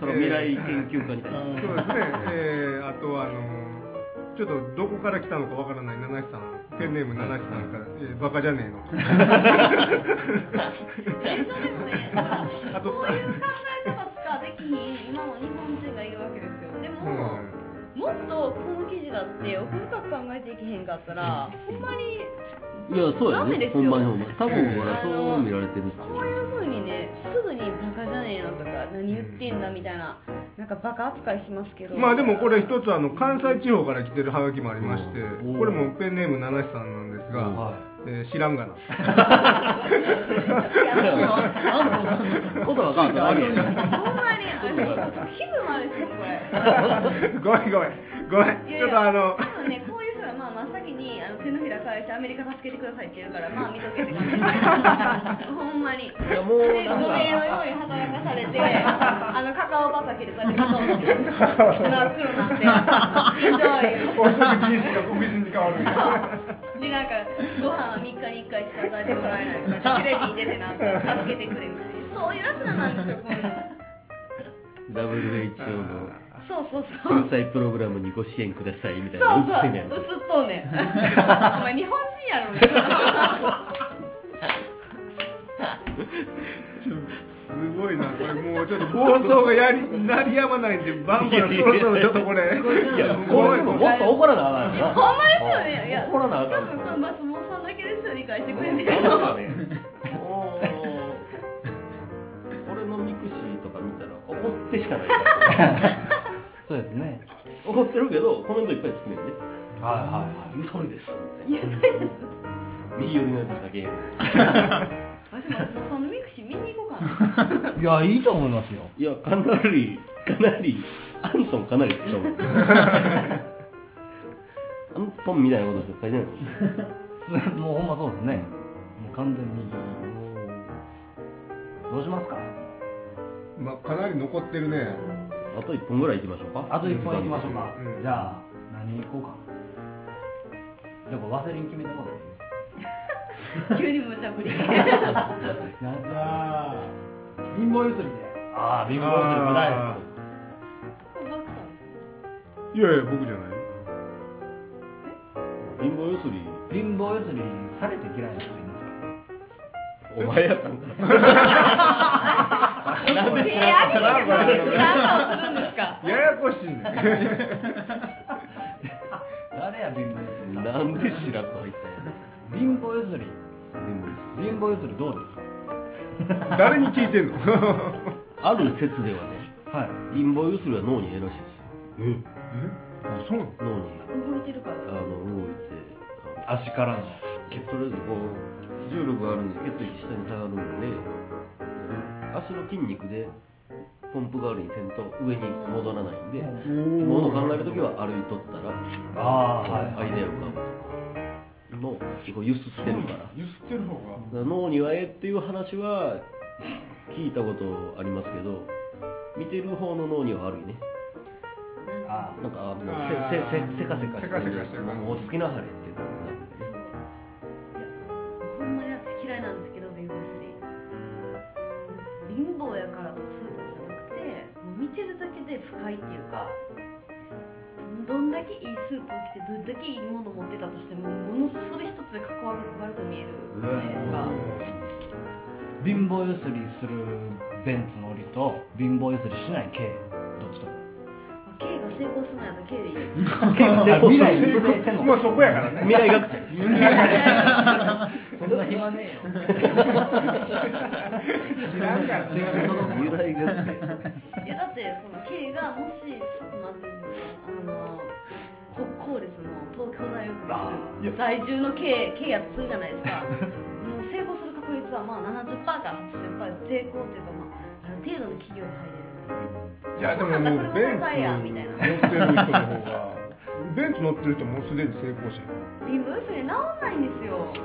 その未来研究家に対してそうですね、えーあとはあのちょっとどこから来たのかわからない七七さんペンネーム七七さんから、えーバカじゃねええそれもねだからのあとそういう考え方しかできひん今の日本人がいるわけですよでも、もっとこの記事だって奥深く考えていけへんかったらほんまにいやそうやダメねですほよんまにほんまに多分ほらあそのう見られてるってこういうふうにねすぐに「バカじゃねえの」とか「何言ってんだ」みたいななんかバカ扱いしますけどまあでもこれ一つあの関西地方から来てるハガキもありましてこれもペンネーム七七さんなんですが、えー知らんがな (laughs) ことわかんないわけほんまにあれもう気分悪いですよこれごめんごめんごめんいやいやちょっとあの多分ねこういう人がまあ真っ先にあの手のひら返してアメリカ助けてくださいって言うからまあ見とけって感じですよほんまにいやもうでなん奴隷のかように働かされてあのカカオ畑でこうやってカカオ取って砂が黒になってしんどいお食事意識が黒人に変わるんやでなんかご飯は3日に1回しか与えてもらえないからテレビに出てなんか助けてくれみたいなそういうやつらなんですよこういうの WHO のそうそうそう国際プログラムにご支援くださいみたいなそうの映そうってんね映やっんとかんねんお前日本人やろみたいなすごいな、これもうちょっと放送がやり鳴りやまないんで、バンバンそろそろちょっとこれ、いや、これももっと怒らなあかんよな。ほんまですよねいや怒らなあ多かんよ分な。これ松本さんだけですよ理解してくれそうてるの (laughs) ですよね。もう俺のミクシーとか見たら怒ってしかないから。そうですね怒ってるけど、コメントいっぱいつくねんね。はいゆとりです。みたい言なうとりです右寄りのやつだけ。私松本さんのミクシー見に行こうかなはいはいいやいいと思いますよいや、かなり、かなり、アントンかなり好きだもん。アントンみたいなことしか書いてないもん。 (laughs) もうほんまそうですねもう完全にどうしますかまあ、かなり残ってるね、あと一本ぐらい行きましょうか。あと一本いきましょうか、うんじゃあ何いこうかじゃあこれワセリン決めてこう急に無茶ぶりやだじゃあ貧乏ゆすりでああ貧乏する無駄やあこれバックさんですよねいやいや、僕じゃない、貧乏ゆすり、貧乏ゆすりされて嫌いな人いますかお前やったんか。手上げてから何をす (laughs) るんですかややこしいね、 (laughs) 誰や貧乏ゆすりさんなんで白子入った貧乏ゆすんりや。貧乏ゆす貧乏ゆすりどうです誰に聞いてんの (laughs) り。ある説ではね、かはい貧乏ゆすりは脳にええらしいですよ。えそうなの脳に、動いてるかあらの、動いて、あの足からの血とりあえずこう重力があるんで血液下に下がるんで足の筋肉でポンプ代わりにせんと上に戻らないんでもの考える時は歩いとったらああはいアイデア浮かぶとかのこうゆすってるからだかゆすってる方がら脳にはええっていう話は聞いたことありますけど見てる方の脳には悪いねあなんかあもうあせーせせせかせかしてせかせかしてるるもう落ち着きなはれっていう感じなんでいねやほんまに私嫌いなんですけど貧乏すり貧乏やからとかそういうことじゃなくてもう見てるだけで不快っていうかどんだけいいスープを着てどんだけいいもの持ってたとしてもものそれ一つでかっこ悪く悪く見えるじゃないですかー貧乏ゆすりするベンツのりと貧乏ゆすりしない系どっちとまあ K が成功するのやったら K でいいです未来に行くせんもうのそこやからね未来学者ですそんな暇ねえよい未来学生知らんから手紙届くやだってその K がもしちょっとなんていうんですかあの国公立の東京大学に在住の K, K やとするじゃないですかもう成功する確率はまあ70%から80%成功っていうかまあある程度の企業に入れるっていういやでももうベンツ乗ってる人の方がベンツ乗ってる人もうすでに成功者貧乏ゆすり治んないんですよで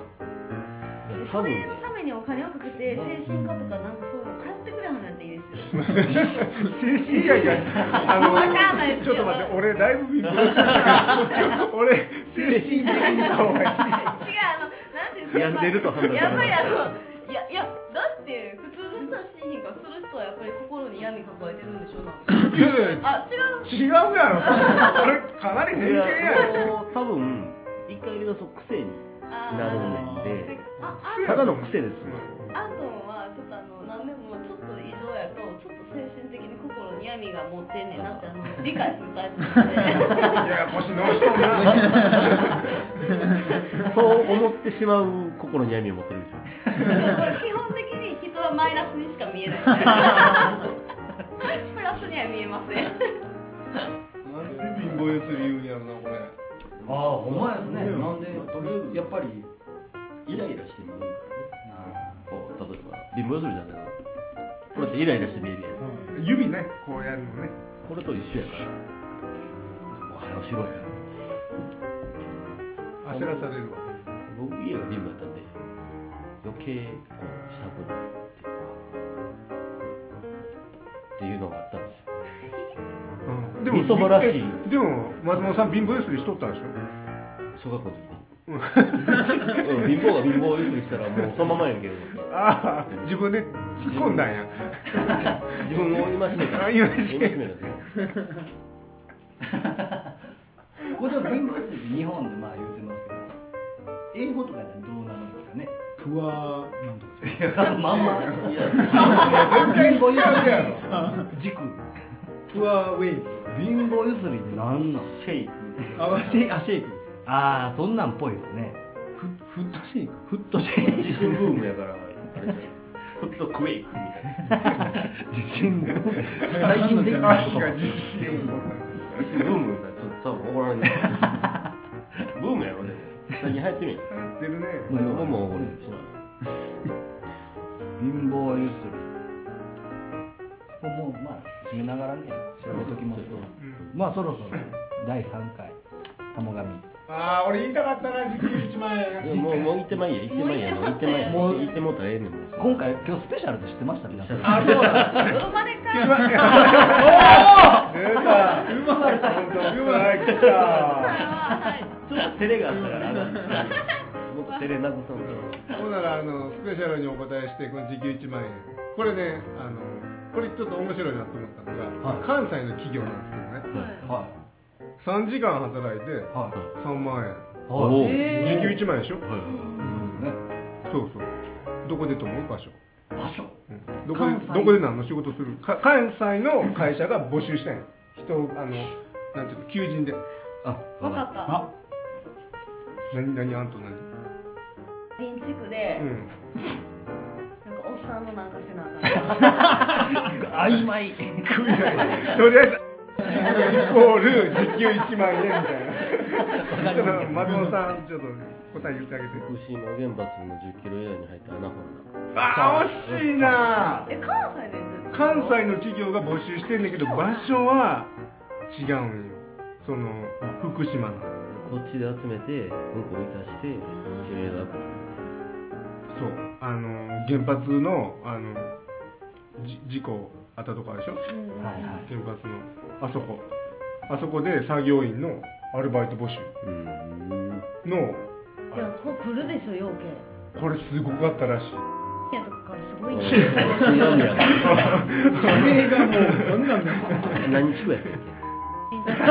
多そ分れねのためにお金をかけて精神科とかなんかそういうの通ってくれはんのやっていいですよ (laughs) 精神科医があの (laughs) わかんないですちょよっと待って俺だいぶ貧乏 (laughs) してるけど俺精神的に見た方がいい (laughs) 違う、あの、なんていうんですか、病んでると判断やっぱりあの、いや、いや、だって、普通の人は心身がする人はやっぱり心に闇抱えてるんでしょうな。いやいやあ、違う。違うやろそれかなり偏い見やろやもう多分一回やり出すと癖にあーなるんであ、ただの癖ですアントンはちょっとあの何でもちょっと異常やとちょっと精神的に心に闇が持ってんねんなってあの理解するタイプなんで (laughs) ややこしいの人なそう思ってしまう心に闇を持ってるんですよこれ基本的に人はマイナスにしか (laughs) 見えないプラスには見えませんなんで貧乏ゆすり言うんやろなこれああほんまですねなんでとりあえずやっぱりイライラして見えるからねこう例えば貧乏ゆするじゃないけどこれってイライラして見えるやん指ねこうやるのねこれと一緒やからもう早しろや焦らされるわ僕家が貧乏やったんで余計こうしたくなるっていうかっていうのがあったんですようんみそぼらしいえでも松本さん貧乏ゆすりしとったんでしょ小学校の時にうん貧乏が貧乏ゆすりしたらもうそのままやけどああ自分で突っ込んだんや自分を今しめたあ戒めた戒めたんですよこれでも貧乏ゆすりって日本でまあ言うてますけど英語とかではどうなるんですかねクワなんと (laughs) かまんまいや、ボゆす関係ないりや軸フアウェイク貧乏ゆすりってなんなんシェイクあわシェイあシェイクああそんなんっぽいですねフッフットシェイクフットシェイ地震ブームやからあれじゃんフットクエイクみたいな地震最近できたこと足かがも実践ブームがちょっと多分怒られない。ブームやろね。最近流行ってるやん。やってるねブームは怒れるしな。貧乏ゆすりこれもうまあ締めながらね締めときますとまあそろそろ第3回玉神ああ俺言いたかったな時給1万円でももうもう行ってまいや、行ってまいや、もう行ってまいや、もう行ってもうたらええねんもう。今回今日スペシャルで知ってました皆さんあそうだ生まれ変わった出たうまい本当うまい来たはいちょっと照れがあったから、あのもっと照れなくそうほんならあのスペシャルにお答えしてこの時給1万円これねあのこれちょっと面白いなと思ったのが、はい関西の企業なんですけどねは3時間働いていはい3万円おお時え給1万円でしょーねそうそうどこでと思う場所場所うんどこ関西でどこで何の仕事するか関西の会社が募集したんや人をあのなんていうの求人であわかっあた何何あんと何臨地区でうんなんかおっさんのなんかせなあかん曖昧 (laughs) 食いないとりあえずイコール時給1万円みたいなちょっと松本さんちょっと答え言ってあげて福島原発の10キロ以内に入った穴掘あー惜しいなえ関西で関西の企業が募集してんだけど場所は違うんよその福島のるな。こっちで集めて、うんこ浮かして、10キロ以内だった。そうあの原発のあのじ事故あったとこあるでしょうんはいはい原発のあそこあそこで作業員のアルバイト募集うーん。のいやここ来るでしょ要件これすごかったらしいいやとかすごいね何や社名がもうこんなんだ何地区やったっ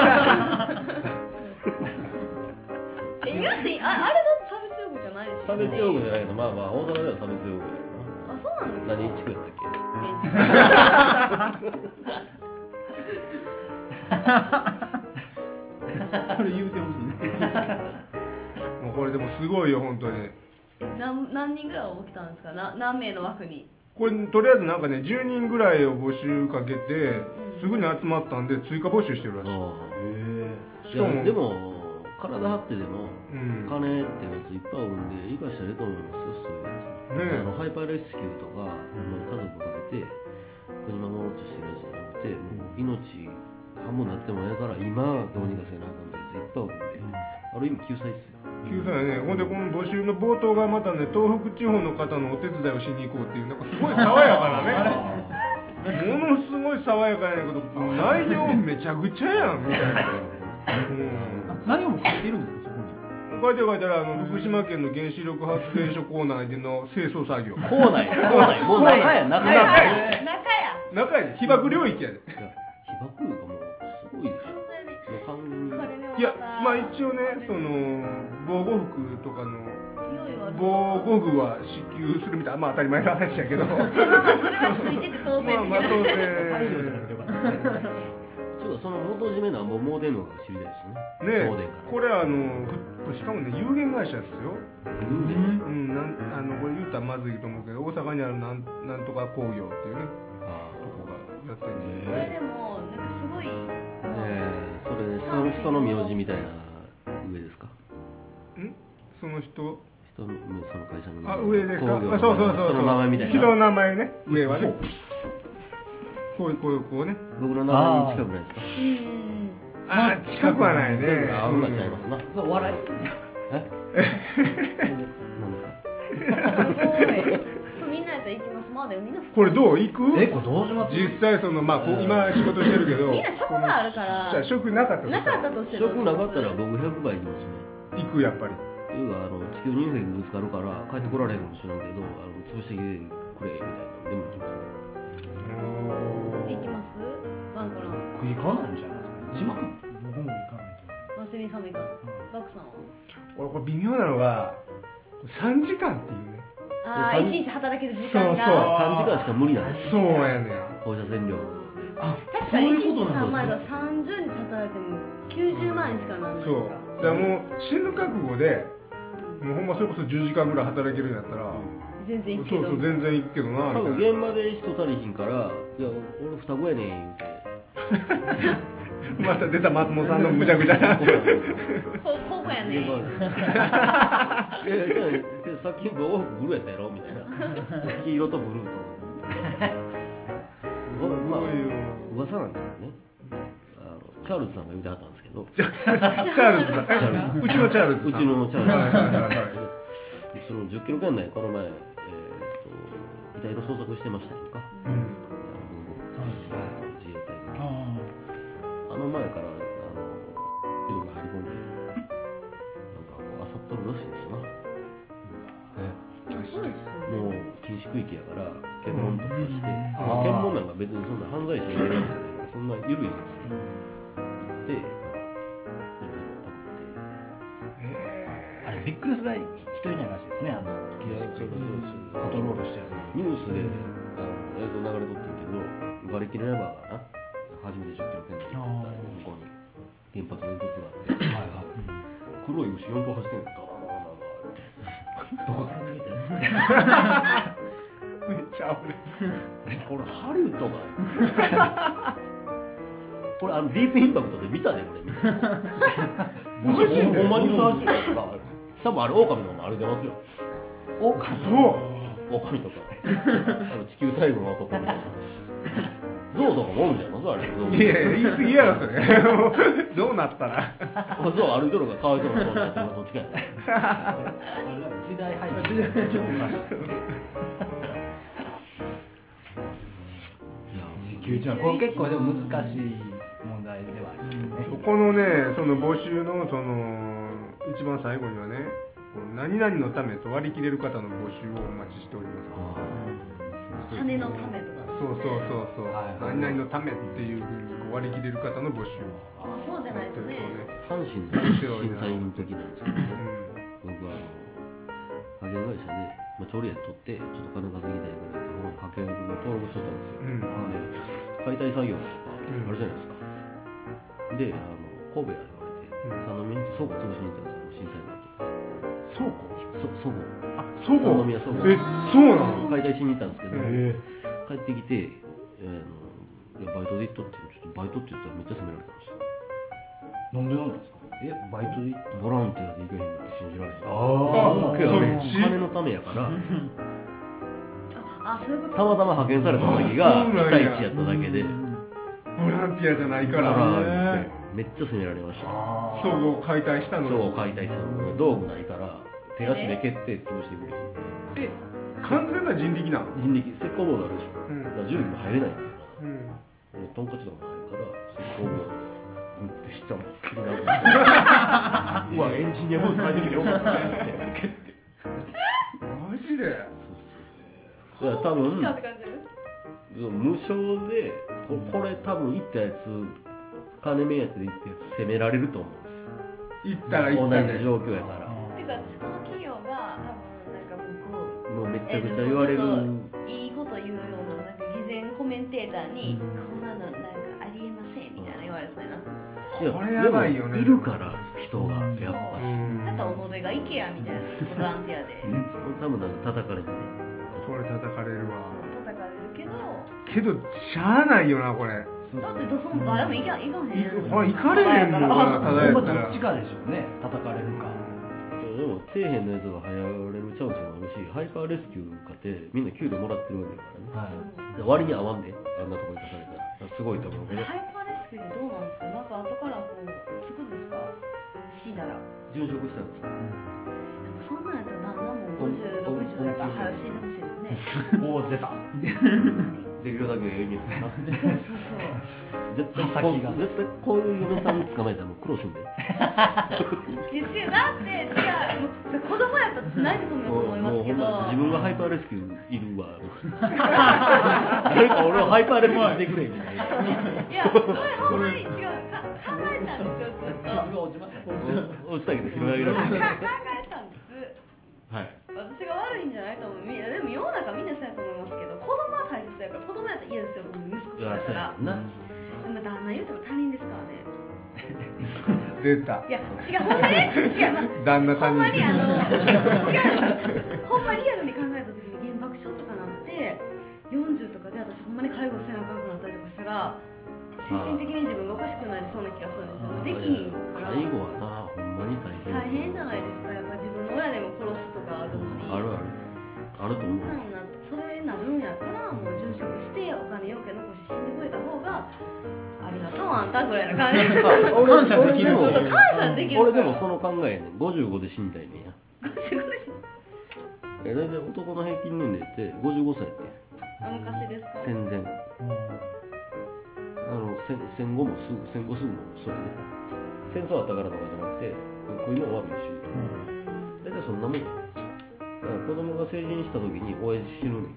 え言ってああれだと差別用語じゃないでしけょ差別用語じゃないけど、まあまあ、大阪では差別用語やあそうなんですな。か何地区やったっけそれ言うてほしいねもうこれでもすごいよ本当にえ何何人ぐらい起きたんですかな何名の枠にこれとりあえずなんかね10人ぐらいを募集かけてすぐに集まったんで追加募集してるらしいああ、へえ。しかもいやでも、体張ってでも、うん金ってやついっぱいおるんで、生かしたらいいと思いますよ、そういうやつ。ねえあのハイパーレスキューとか、ほんまに家族かけて、国守ろうとしてるやつじゃなくて、もう命半分なってもええから、今どうにかせなあかんやついっぱいおるんで、ある意味救済っすよ。救済ねほんでこの募集の冒頭がまたね東北地方の方のお手伝いをしに行こうっていうなんかすごい爽やか (laughs) なねものすごい爽やかやねんけど内容めちゃくちゃやんみたいな、うん何をも書いてるんですかそこに書いてる書いてるあの福島県の原子力発電所構内での清掃作業校内、校内、もう中や、中はいや。はい中や中やで被爆領域やで被爆がもう、すごいでしょ。もう完全に。これでもまた (laughs) いやまあ一応ねその防護服とかの勢いはある防護具は支給するみたいなまあ当たり前の話やけ (laughs) どまあまあまあそれはついてて当然 (laughs) まあ当然ち (laughs) ょっとその元締めなんぼもう出んのか知りたいですね。ね東電から。これあのふこれしかもね有限会社ですようんうんなんあのこれ言うたらまずいと思うけど大阪にあるなんなんとか工業っていうねあとこがやってるんこでれでもなんかすごいあねえそれその人の名字みたいな上ですかんその人人のその会社の名前あ上ですか工業のあそうそうそう人の名前みたい人のな名前ね上はねこういうこういうこうね僕の名前に近くないですかうんあー近くはないねあんまちゃいますなそれ笑いえ何ですかすごいそうみんなやったら行きますまあでもみんなこれどう行くえこれどうします実際そのまあこう今仕事してるけ (laughs) どみんな職があるからじゃあ職なかったとなしかったたとしてどうし食ますなかったら僕100倍いきますねら行くやっぱりというかあの地球に隕石ぶつかるから帰ってこられへんかもしれんけどあの潰してきてくれみたいなでも行きますね行きますワンコラン行かないんじゃないですか一万僕も行かないとマスミさんも行かんバクさんは俺これ微妙なのが3時間っていうねああ三一日働ける時間がそうそ3う時間しか無理なんですよそうやねん放射線量あ確そかうにいう1こと日な3ん万円でだから30日働いても90万円しかならないかそらうだからもう死ぬ覚悟でもうほんまそれこそ10時間ぐらい働けるんやったら、全然いいけそうどそう全然行くけどな多分みたいな現場で人足りひんから「いや俺双子やねん」言うて (laughs) また出た松本さんのむちゃくちゃなこう高校やね現場でいやいやいやさっき僕ブルーやったやろみたいな黄色とブルーとこれまあすごいよ噂なんですけどねあのチャールズさんが言うてはったんですけどチャールズさんえうちのチャールズうさんちのチャールズはいはいはいはいその10キロ圏内この前、えー、と遺体の捜索してましたとか、うんあの自衛隊があああの前からあの人が張り込んでなんかこうあさっとるらしいですよな、いやそうですよねもう禁止区域やから検問とかして、あー検問なんか別にそんな犯罪者のやつじゃないからそんな緩いんですよであれびっくりするぐらい人いないらしいですねあのいやそうだそうですコントロールしてるニュースであの映像流れとってるけど、瓦礫の山がな、初めて10キロ圏内に行った向こうに原発の煙突があって、はいはい黒い牛4頭走ってんの、ガバガバガバガバどこから逃げてんのめっちゃ危ないこれハリウッドかよこれあのディープインパクトで見たで俺見たマジでほんまにそうしてるか多分あれ狼のも歩いてますよお狼とかあの地球最後の男みたいな象とかもおるんじゃんあれ象いやいや言い過ぎやろそれどうなったら象歩いとるからかわいそうなそうだってどっちかやな時代背景時代背91はこれ結構でも難しい問題ではありますそねこのねその募集のその一番最後にはねこの何々のためと割り切れる方の募集をお待ちしております金のためとかそうそうそうそう、はいはい何々のためっていうふうにこう割り切れる方の募集をそうじゃないとね阪神の (laughs) 震災の時なんですけどね僕はあの派遣会社で、まあ、調理屋取ってちょっと金稼ぎたいからってこの派遣の登録しとったんですよ、でうん解体作業とかうあるんじゃないですか、であの神戸や言われて三宮に倉庫潰しに行ったんですよ震災の倉庫時そ倉庫あ倉庫三宮倉庫えそう解なの体しに行ったんですけど、へ帰ってきて、えーあのいやバイトで行ったってちょっとバイトって言ったらめっちゃ責められたんですよなんでなんですかえバイトで行ってボランティアで行けへんなんて信じられへんああけどそねっち金のためやからあそういうことたまたま派遣された時があそう被な災んや地やっただけでボランティアじゃないかだからら言ってめっちゃ責められました倉庫を解体したのそうに解体したの道具ないから手足で蹴って潰してくれえ完全な人力なの人力石膏ボードあるでしょ、うんだから重力が入れないんだようんな、でトンカチとかも入るから石膏ボードグッてしたの蹴りながら (laughs) うわエンジニアボード帰ってきてよかったねって蹴ってマジでだから多分使うって感じる無償でここれ多分行ったやつ金目当てで行ったやつ責められると思うんです行ったら行った同じ状況やからてかその企業が多分なんか向こうもうめちゃくちゃ言われる、えーでもちょっといいこと言うようななんか偽善コメンテーターに、こんなのなんかありえませんみたいな言われそうやなと思っていやこれやばいよねでもいるから人がやっぱうり、んだったら己が行けやみたいなボランティアで多分なんか叩かれてねこれ叩かれるわ叩かれるけどけどしゃあないよなこれだってどその誰も行か行かへんほら行かれへんもんなただやほっんたまどらっちかでしょうね叩かれるかでも底辺のやつが流行れるチャンスもあるしハイパーレスキューかってみんな給料もらってるわけだからねだはいから割に合わんであんなとこ行かされたらだからすごいと思うけどハイパーレスキューでどうなんですかなんか後からこうつくんですか死んだら殉職したんですでもよそんなんやったら旦那も5060やから早く死んでほしいですねおお出たできるだけええにやそなうそうそう絶対こう絶対こういう嫁さん捕まえたらもう苦労すんでいや違うだって違うもう子供やったらないでそんなこと思いますけどもうほんま自分がハイパーレスキューいるわ誰か俺をハイパーレスキューしてくれみたいないやそれほんまに違うか考えたんですよずっとが落ちました落ちたけど拾い上げられか考るえたんですはい私私が悪いんじゃないと思うみんなでも世の中みんなそうやと思いますけど子供は大切やから子供やったら嫌ですよもう息子といかやっやそたうらやんなでも旦那言うても他人ですからね出たいや違うほんまに違う、まあ旦那ほさんんまににあの違うほんまリアルに考えた時に原爆症とかなって40とかで私ほんまに介護せなあかんくなったりとかしたら精神的に自分がおかしくなりそうな気がするんですよねできひんから最後はなほんまに大大変変じゃないですかやっぱ自分の親でも殺すとかあるのにあるあるあると思うそんなんなそれになるんやったらもう住職してお金よけ残し死んでくれた方がありがとうあんたぐらいの (laughs) (laughs) 感じ感謝できる俺そうもそう (laughs) 感謝できるから (laughs) 俺でもその考えやねん55で死にたいねんや55でしえ大体男の平均年齢って55歳やってあ昔ですか戦前あの戦戦後もすぐ戦後すぐもそれね戦争あったからとかじゃなくて国の終わる一緒大体そんなもんだから子供が成人した時に親父死ぬね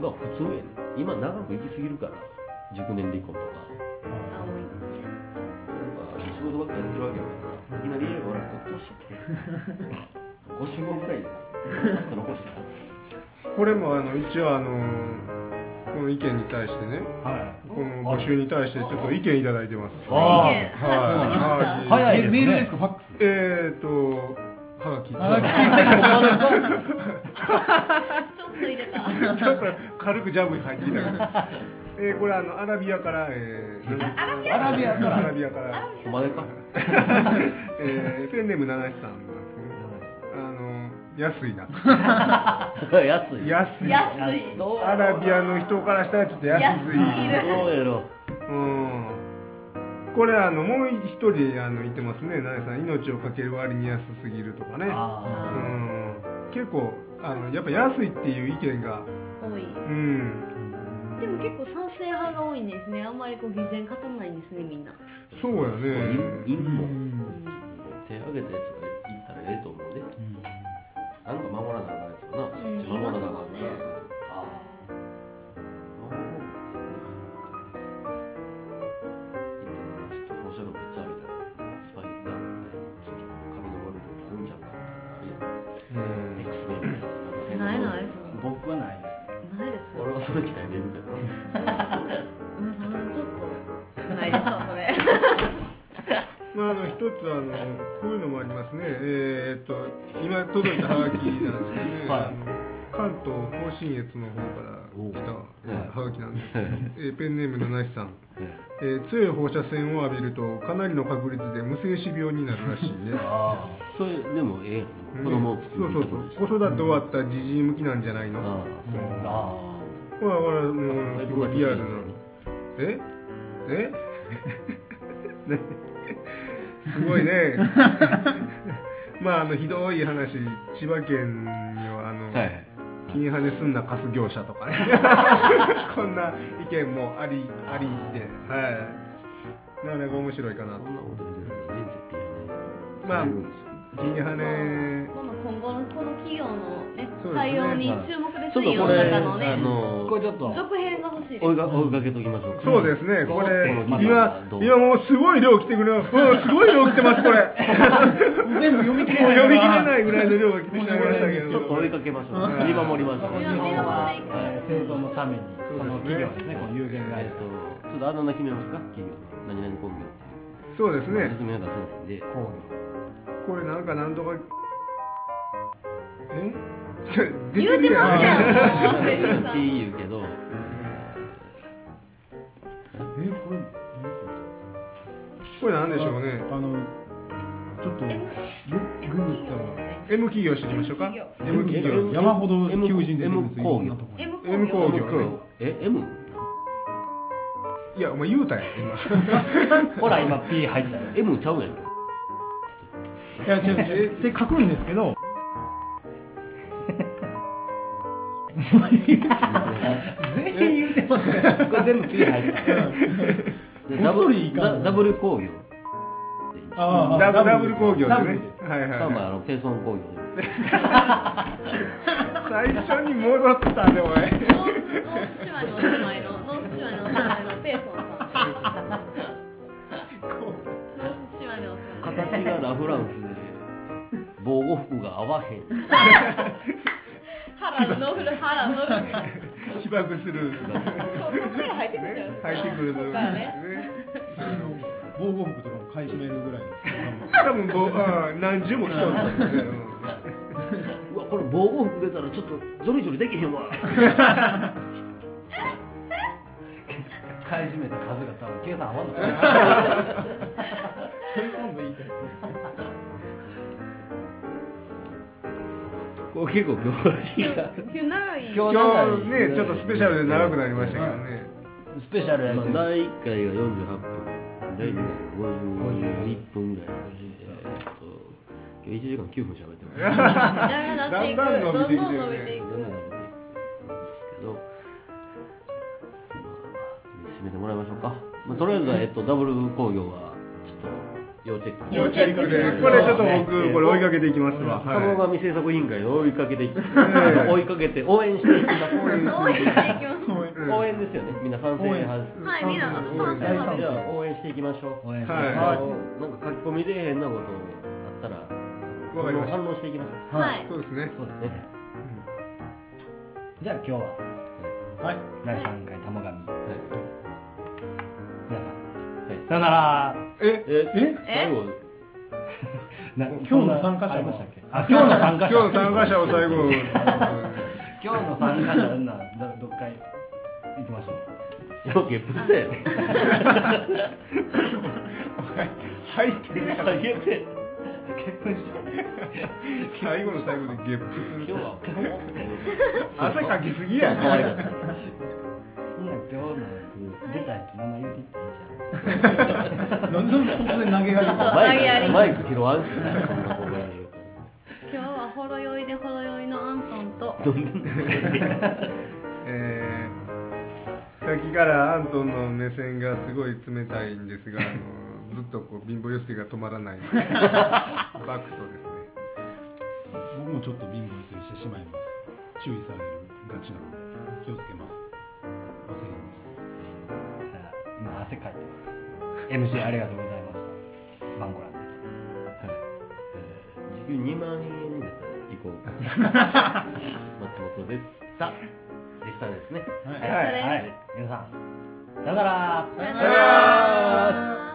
んまあ普通やねん今長く生きすぎるから熟年離婚とかあ多いですねなんか仕事ばっかやってるわけやからいきなり家がおらんとどうしよう55ぐらいであと残してたこれもあの一応あのこの意見に対してねはいこの募集に対してちょっと意見いただいてますあ意見ははい早いですねメメールですかファックスえーとはがきあなんかちょっと入れたちょっと軽くジャブに入ってきたけど、えーこれあのアラビアから、えー、アラビアアラビアからアラビアかアラら、ビお前かえー、ペンネーム七七さんなんですけど、ね、あの安いな安い安いア (laughs) 安いどうアラビアの人からしたらちょっと安い安すぎるどうやろうんこれあのもう一人あの言ってますね七七さん命をかける割に安すぎるとかねうあん結構あのやっぱ安いっていう意見が多いうんでも結構賛成派が多いんですねあんまりこう偽善勝たないんですねみんなそうやね陰うもん手挙げたやつが言ったらええと思うねなんか守らなあかんやつもなそっち守らなあかんからうんいますもんね守る方がいいよな言ってなんかちょっと面白いのめっちゃみたいなスパイスだみたいなちょっと髪の丸とすんじゃんかみたいなあうんるやん X メンみなたいないないんか変そー僕はないですうなねいです俺はその機会見るけどなうん多分ちょっとないですわそれまあ、あの一つあのこういうのもありますね、えーっと今届いたハガキなんですけどね、はいあの関東甲信越の方から来たえーハガキなんですけど、えーペンネームのなしさん、えー強い放射線を浴びるとかなりの確率で無精子病になるらしいねあそれでもええやんうん子供を作そるうそうそう子育て終わったじじい向きなんじゃないのあーあほらほらもあうすごいリアルなええ (laughs) ねすごいね (laughs) まああのひどい話千葉県にはあの、はい金羽すんなカス業者とかね (laughs) こんな意見もありありではいなかなか面白いかなそとんなこと言ってたら人生ピアねまあそういうこまあまあ今後とですよ金羽ねのこの企業のねそうですね対応に注目ですちねょっと世このれ、中のあねのこれちょっと続編が欲しいです追いが追いかけときましょうか。そうですね、これこ、の今、どう今もうすごい量来てくれます。うん、すごい量来てます、これ。全部読み切れもうない読み切れないぐらいの量が来てしまいましたけど。ちょっと追いかけましょう。うん見守りましょう。見日守本はえー生存のためにそうですねその企業ですねこの有限会え社っと、ちょっとあだ名決めますか、企業。何々工業っていう。そうですね。説明が出せないんで。工業これなんかなんとかえ言うてますやんもう声 (laughs) 優さってんいうけど、えこれこれなんでしょうねあのちょっとよググったら M 企業知りましょうか M 企業 M- 山ほど求人出てくるん M ですよ工いろ業んなと。こに M M 工業工業ねえ、M? いやお前言うたやんほら今 P 入ったよ M ちゃうやんけ。いや違う違うって書くんですけど全員言うてますねこれ全部 P 入った。でダこっそブりいル、かんダダブル工業。あ今あダブダブル工業でねダブルはいはいしかも、あはの、ペーソン工業で。い最初に戻ったでお前ノースノースシュワにお住まいのノースシュワにお住まいのペーソンさんノースシュワにお住まいの形がラフランスで、防護服が合わわへん腹の振る腹の振る被爆する。ここから入ってくるじゃ入ってくる。ここからね防護服とかも買い占めるぐらいです多分ぼ、うん、何十も来たんだよね。 (laughs) うわこれ防護服出たらちょっとジョリジョリできへんわ買い占めた数が多分計算合わんのかそれ今度言いたいこれ結構今日は今日長い今今日ね、ちょっとスペシャルで長くなりましたけどね。スペシャルやけまあど、第1回が48分第2回が51分ぐらいえーっと今日1時間9分喋ってます長なっていくだんだん伸どびてきてるねんどん伸びていどくんなのでですけど、まあ、締めてもらいましょうか、まあ、とりあえずは、えっと、ダブル工業はちょっと要チェック要チェックこでれちょっと僕、これ追いかけていきますわ。鴨は神制作委員会の追いかけていきえ追いかけて応援していきます応援していきますう (laughs) ん応援ですよねみんな賛成応援派はいみんな賛成は派いでじすゃあ応援していきましょう応援してはいあのなんか書き込みで変なことあったらわかりました反応していきましょうはいい。そうですね。そうですねねじゃあ今日ははい第3回玉は神皆さんいはいさよならえ、ええ最後な今日のそんな参加者はありましたっけあ今日の参加今者日の参加者を最後。今日の参加者などどっかへ行きましょうようゲップせよ最低やろゲップ最後の最後でゲップす今る日。は汗かきすぎ (laughs) や。可愛かったみんな今日の出た人名前言っていっていいじゃんなんでそんな突然投げそうがマ投げやイりクマイク拾わんしなそんな子がいるか今日はほろ酔いでほろ酔いのアントンとえー、さっきからアントンの目線がすごい冷たいんですが、あのずっとこう貧乏揺すりが止まらないバクトですね。僕もちょっと貧乏ゆすりしてしまいます注意されるがちなので気をつけます忘れまじゃあ今汗かいてます MC ありがとうございましたマンゴランですらはいえー時給2万円になったら行こ (laughs) う松本でしたでしたですねすはいはい皆さんさよならさよなら